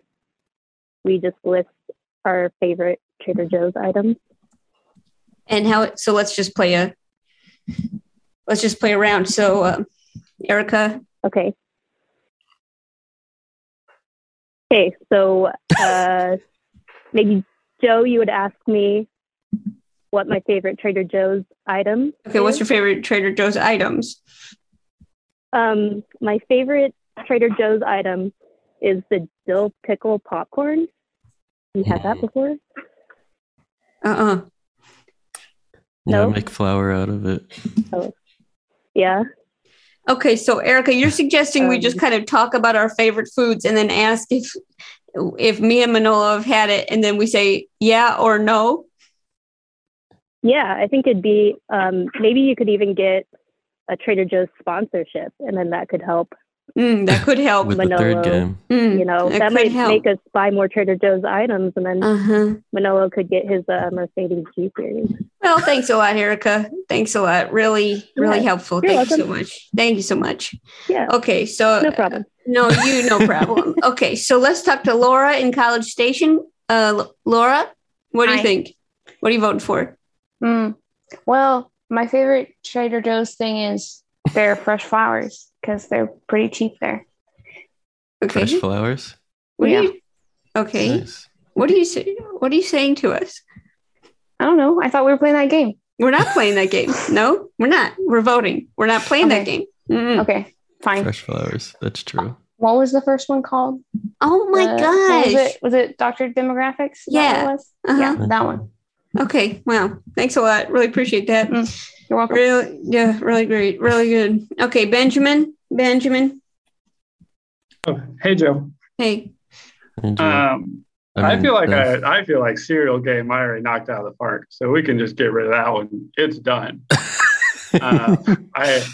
Speaker 4: we just list our favorite Trader Joe's items.
Speaker 2: And how? So let's just play a. Let's just play around. So, um, Erica.
Speaker 4: Okay. Okay, so uh, <laughs> maybe Joe, you would ask me what my favorite Trader Joe's item.
Speaker 2: Okay, what's your favorite Trader Joe's items?
Speaker 4: Um, my favorite Trader Joe's item is the dill pickle popcorn. You had that before?
Speaker 2: Uh uh
Speaker 1: Yeah,
Speaker 4: No.
Speaker 1: make flour out of it.
Speaker 4: Oh, yeah. Um,
Speaker 2: Okay, so Erica, you're suggesting we just kind of talk about our favorite foods and then ask if if me and Manolo have had it, and then we say yeah or no.
Speaker 4: Yeah, I think it'd be um, maybe you could even get a Trader Joe's sponsorship, and then that could help.
Speaker 2: Mm, that could help. Mm,
Speaker 1: With the third game.
Speaker 4: you know,
Speaker 2: that
Speaker 4: that
Speaker 2: could
Speaker 4: might
Speaker 2: help.
Speaker 4: make us buy more Trader Joe's items, and then
Speaker 2: Uh-huh.
Speaker 4: Manolo could get his uh, Mercedes G series.
Speaker 2: Well, thanks a lot, Erica. Thanks a lot. Really, really
Speaker 4: Yeah.
Speaker 2: helpful.
Speaker 4: You're
Speaker 2: Thank you so
Speaker 4: welcome.
Speaker 2: much. Thank you so much.
Speaker 4: Yeah.
Speaker 2: Okay, so uh,
Speaker 4: No problem.
Speaker 2: no, you
Speaker 13: <laughs>
Speaker 2: no problem. okay, so let's talk to Laura in College Station. Uh, L- Laura, what do you
Speaker 13: Hi.
Speaker 2: think? What are you voting for?
Speaker 13: Mm. Well, my favorite Trader Joe's thing is their fresh flowers because they're pretty cheap there.
Speaker 1: Fresh flowers.
Speaker 2: What yeah. you, okay.
Speaker 1: Nice.
Speaker 2: What are you say, What are you saying to us?
Speaker 13: I don't know. I thought we were playing that game.
Speaker 2: We're not playing that
Speaker 13: <laughs>
Speaker 2: game. No, we're not. We're voting. We're not playing that game.
Speaker 13: Okay, fine.
Speaker 1: Fresh flowers. That's true.
Speaker 13: What was the first one called?
Speaker 2: Oh my
Speaker 13: what Was
Speaker 2: gosh.
Speaker 13: it, was it Dr. Demographics? Is that what it
Speaker 2: Yeah. Uh-huh.
Speaker 13: was? Yeah, that one.
Speaker 2: Okay. Wow. Thanks a lot. Really appreciate that.
Speaker 13: Mm, You're welcome.
Speaker 2: Really, yeah. Really great. Really good. Okay, Benjamin. Benjamin.
Speaker 7: Oh, hey, Joe.
Speaker 2: Hey.
Speaker 7: Um,
Speaker 1: I
Speaker 7: I,
Speaker 1: mean,
Speaker 7: feel like
Speaker 1: that's-
Speaker 7: I, I feel like serial game. I already knocked out of the park, so we can just get rid of that one. It's
Speaker 1: <laughs>
Speaker 7: done. uh, I.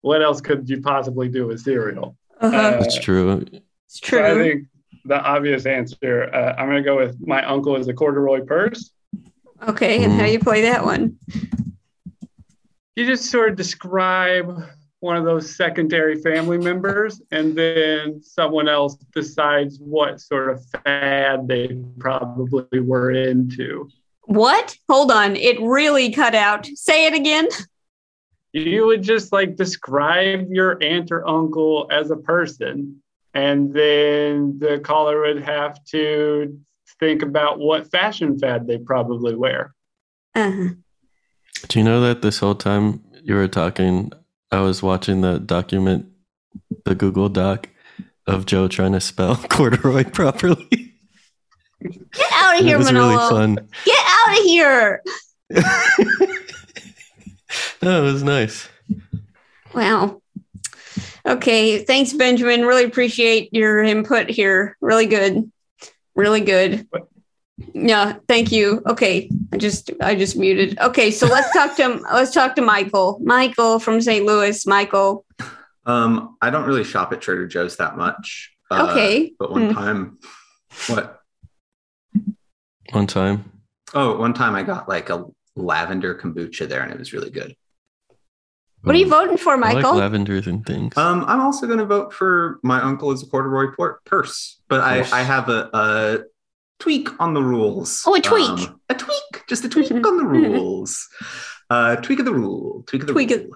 Speaker 7: What else could you possibly do with cereal? Uh,
Speaker 1: That's true.
Speaker 2: It's
Speaker 7: true. I think the obvious answer. Uh, I'm going to go with my uncle is a corduroy purse.
Speaker 2: Okay. And how
Speaker 1: Hmm.
Speaker 2: you play that one?
Speaker 7: you just sort of describe one of those secondary family members, and then someone else decides what sort of fad they probably were into.
Speaker 2: What? Hold on. It really cut out. Say it again.
Speaker 7: You would just like describe your aunt or uncle as a person, and then the caller would have to think about what fashion fad they probably wear.
Speaker 2: Uh-huh.
Speaker 1: Do you know that this whole time you were talking, I was watching the document, the Google Doc of Joe trying to spell <laughs> corduroy properly. <laughs>
Speaker 2: Get out of
Speaker 1: And
Speaker 2: here,
Speaker 1: it was
Speaker 2: Manolo.
Speaker 1: really fun.
Speaker 2: Get out
Speaker 1: <laughs>
Speaker 2: of here.
Speaker 1: No, it was nice.
Speaker 2: Wow. Okay. Thanks, Benjamin. Really appreciate your input here. Really good. Really good. Yeah. Thank you. Okay. I just I just muted. Okay. So let's talk to <laughs> let's talk to Michael. Michael from St. Louis. Michael.
Speaker 3: Um, I don't really shop at Trader Joe's that much. uh,
Speaker 2: Okay.
Speaker 3: But one
Speaker 2: Hmm.
Speaker 3: time, what?
Speaker 1: One time.
Speaker 3: Oh, one time I got like a lavender kombucha there, and it was really good.
Speaker 2: What are you voting for,
Speaker 1: Hmm. I like
Speaker 2: Michael?
Speaker 1: lavenders and things.
Speaker 3: Um, I'm also going to vote
Speaker 14: <clears throat>
Speaker 3: for my uncle is a corduroy por- purse, but I, I have a, a tweak on the rules. Um,
Speaker 2: Oh, a tweak.
Speaker 3: a tweak. Just a tweak
Speaker 2: <laughs>
Speaker 3: on the rules. Uh, tweak of the rule. Tweak of the
Speaker 2: Tweak
Speaker 3: rule.
Speaker 2: it.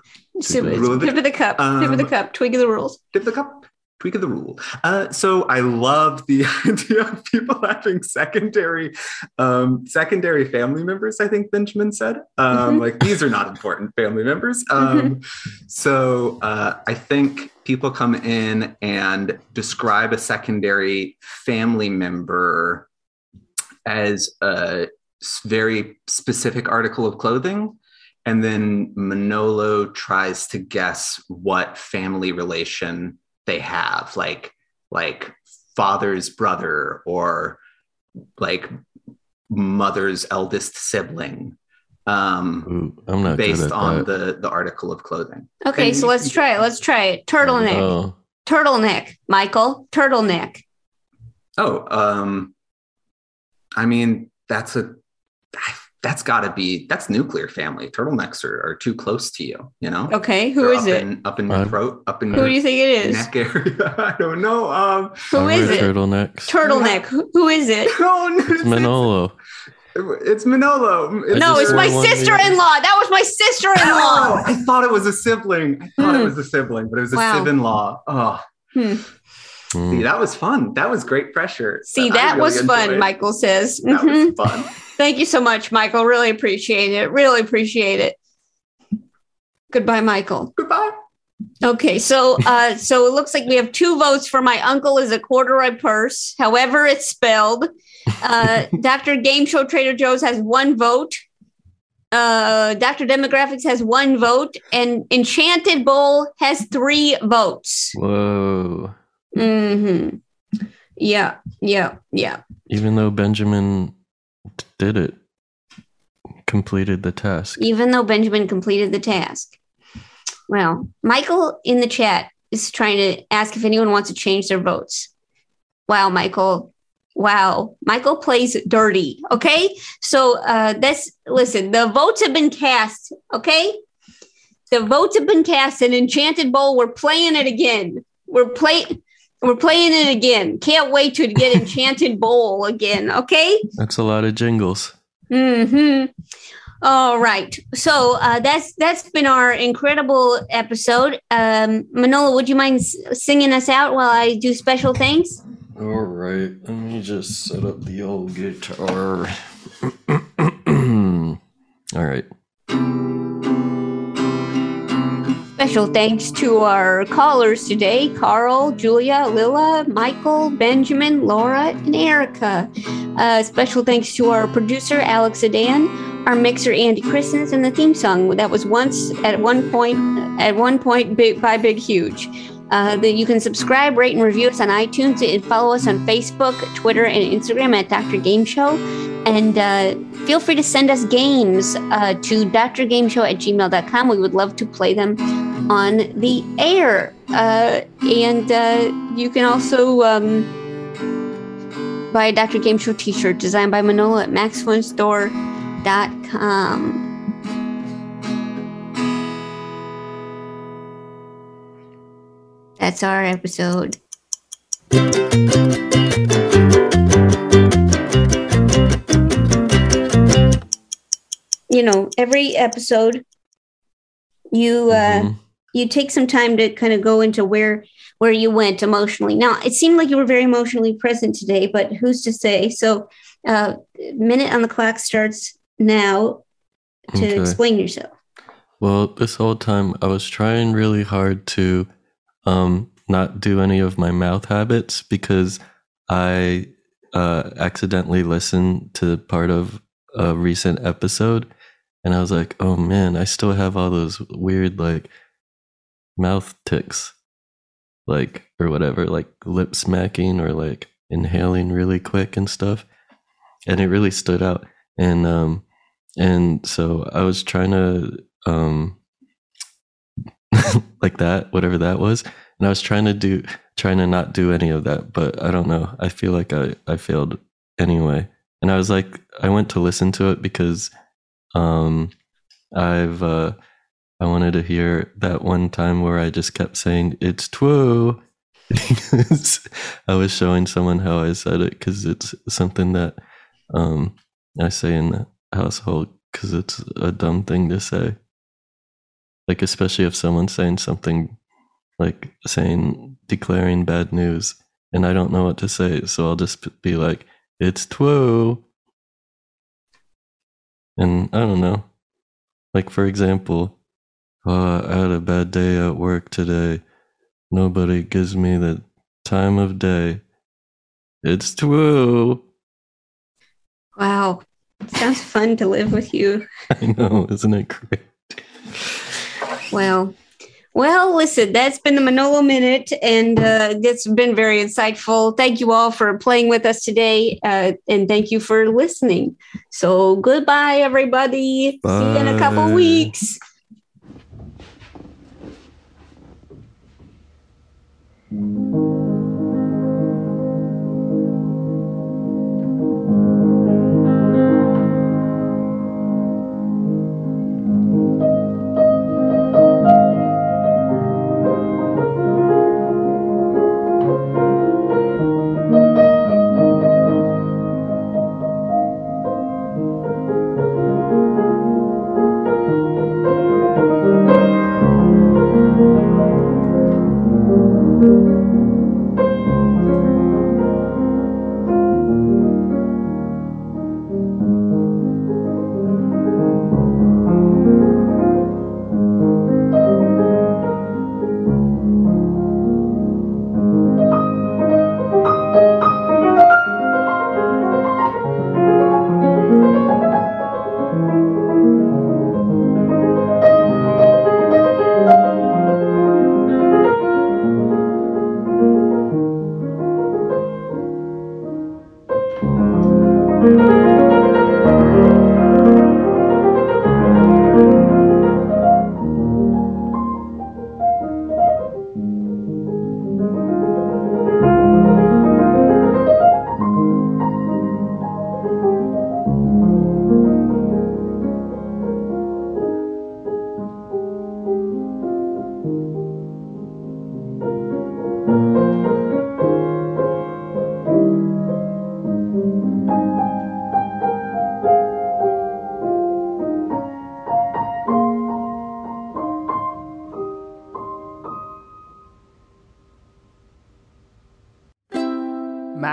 Speaker 2: Sip
Speaker 3: of the rule.
Speaker 2: it. Tip of the cup. Tip of the
Speaker 3: Um,
Speaker 2: cup. Twig of the rules.
Speaker 3: Tip of the cup. Tweak of the rule. Uh, so I love the <laughs> idea of people having secondary, um, secondary family members. I think Benjamin said,
Speaker 2: Mm-hmm.
Speaker 3: um,
Speaker 15: Mhm.
Speaker 3: like these are not important family members. Um, So uh, I think people come in and describe a secondary family member as a s- very specific article of clothing. And then Manolo tries to guess what family relation they have, like like father's brother or like mother's eldest sibling. Um,
Speaker 1: Ooh, I'm not good
Speaker 3: based
Speaker 1: at
Speaker 3: on
Speaker 1: that.
Speaker 3: the the article of clothing.
Speaker 2: Okay,
Speaker 3: And
Speaker 2: so
Speaker 3: you-
Speaker 2: let's try it. Let's try it. Turtleneck.
Speaker 1: Oh,
Speaker 2: Turtleneck. Michael. Turtleneck.
Speaker 3: oh, um, I mean that's a that's got to be that's nuclear family. Turtlenecks are, are too close to you, you know.
Speaker 2: Okay, Oh, who
Speaker 3: They're
Speaker 2: is
Speaker 3: up
Speaker 2: it?
Speaker 3: In, up in your throat, up in
Speaker 2: Who
Speaker 3: your
Speaker 2: do you think it is?
Speaker 3: neck area. <laughs> I don't know. Um,
Speaker 2: Who is it?
Speaker 1: turtlenecks.
Speaker 2: Turtleneck. Who- Who is it?
Speaker 3: <laughs> No,
Speaker 1: It's Manolo.
Speaker 3: it's Manolo.
Speaker 2: No, it's my
Speaker 1: Everyone needs-
Speaker 2: sister in law. That was my sister in
Speaker 3: Oh, <laughs>
Speaker 2: law.
Speaker 3: I thought it was a sibling. I thought it was a sibling, but it was a
Speaker 2: Hmm. Wow.
Speaker 3: sib-in-law. Oh,
Speaker 2: Hmm.
Speaker 3: see, that was fun. That was great pressure.
Speaker 2: See,
Speaker 3: I
Speaker 2: that
Speaker 3: really
Speaker 2: was fun,
Speaker 3: enjoyed.
Speaker 2: Michael says.
Speaker 3: That was
Speaker 2: Mhm.
Speaker 3: fun.
Speaker 2: Thank you so much, Michael. Really appreciate it. Really appreciate it. Goodbye, Michael.
Speaker 3: Goodbye.
Speaker 2: Okay, so uh, so it looks like we have two votes for my uncle is a corduroy purse, however it's spelled. Uh, Dr. Game Show Trader Joe's has one vote. Uh, Dr. Demographics has one vote, and Enchanted Bowl has three votes.
Speaker 1: Whoa.
Speaker 2: hmm Yeah, yeah, yeah.
Speaker 1: Even though Benjamin t- did it, completed the task.
Speaker 2: Even though Benjamin completed the task. Well, Michael in the chat is trying to ask if anyone wants to change their votes. Wow, Michael. Wow. Michael plays dirty. Okay. So uh that's listen, the votes have been cast, okay? The votes have been cast in Enchanted Bowl. We're playing it again. We're play we're playing it again. Can't wait to get Enchanted Bowl again, okay?
Speaker 1: That's a lot of jingles.
Speaker 2: Hmm. All right. So uh, that's that's been our incredible episode. Um, Manola, would you mind s- singing us out while I do special things?
Speaker 1: All right, let me just set up the old guitar. Hmm. All right.
Speaker 2: Special thanks to our callers today Carl, Julia, Lila, Michael, Benjamin, Laura, and Erica. Uh, special thanks to our producer, Alex Adan, our mixer, Andy Christens, and the theme song that was once at one point, at one point, big, by Big Huge. Uh, that you can subscribe, rate, and review us on iTunes and follow us on Facebook, Twitter, and Instagram at Dr. Game Show. And uh, feel free to send us games uh, to drgameshow at gmail.com. We would love to play them on the air. Uh, and uh, you can also um, buy a Dr. Game Show t shirt designed by Manolo at maxfunstore.com. That's our episode. You know, every episode you uh you take some time to kind of go into where where you went emotionally. Now, it seemed like you were very emotionally present today, but who's to say? So, uh minute on the clock starts now to
Speaker 1: Okay.
Speaker 2: explain yourself.
Speaker 1: Well, this whole time I was trying really hard to um, not do any of my mouth habits because I uh, accidentally listened to part of a recent episode and I was like, oh man, I still have all those weird like mouth ticks, like, or whatever, like lip smacking or like inhaling really quick and stuff. And it really stood out. And, um, and so I was trying to, um, <laughs> like that, whatever that was. And I was trying to do, trying to not do any of that, but I don't know. I feel like I, I failed anyway. And I was like, I went to listen to it because, um, I've, uh, I wanted to hear that one time where I just kept saying it's twoo because I was showing someone how I said it because it's something that um, I say in the household because it's a dumb thing to say. Like especially if someone's saying something like saying declaring bad news and I don't know what to say, so I'll just be like it's twoo, and I don't know. Like, for example, uh, I had a bad day at work today. Nobody gives me the time of day. It's true.
Speaker 2: Wow. Sounds fun to live with you.
Speaker 1: <laughs> I know, isn't it great?
Speaker 2: Well, well, listen, that's been the Manolo Minute, and uh, it's been very insightful. Thank you all for playing with us today, uh, and thank you for listening. So, goodbye, everybody. See you in a couple
Speaker 1: Bye.
Speaker 2: weeks.
Speaker 15: MaximumFun.org. Comedy and culture. Artist owned.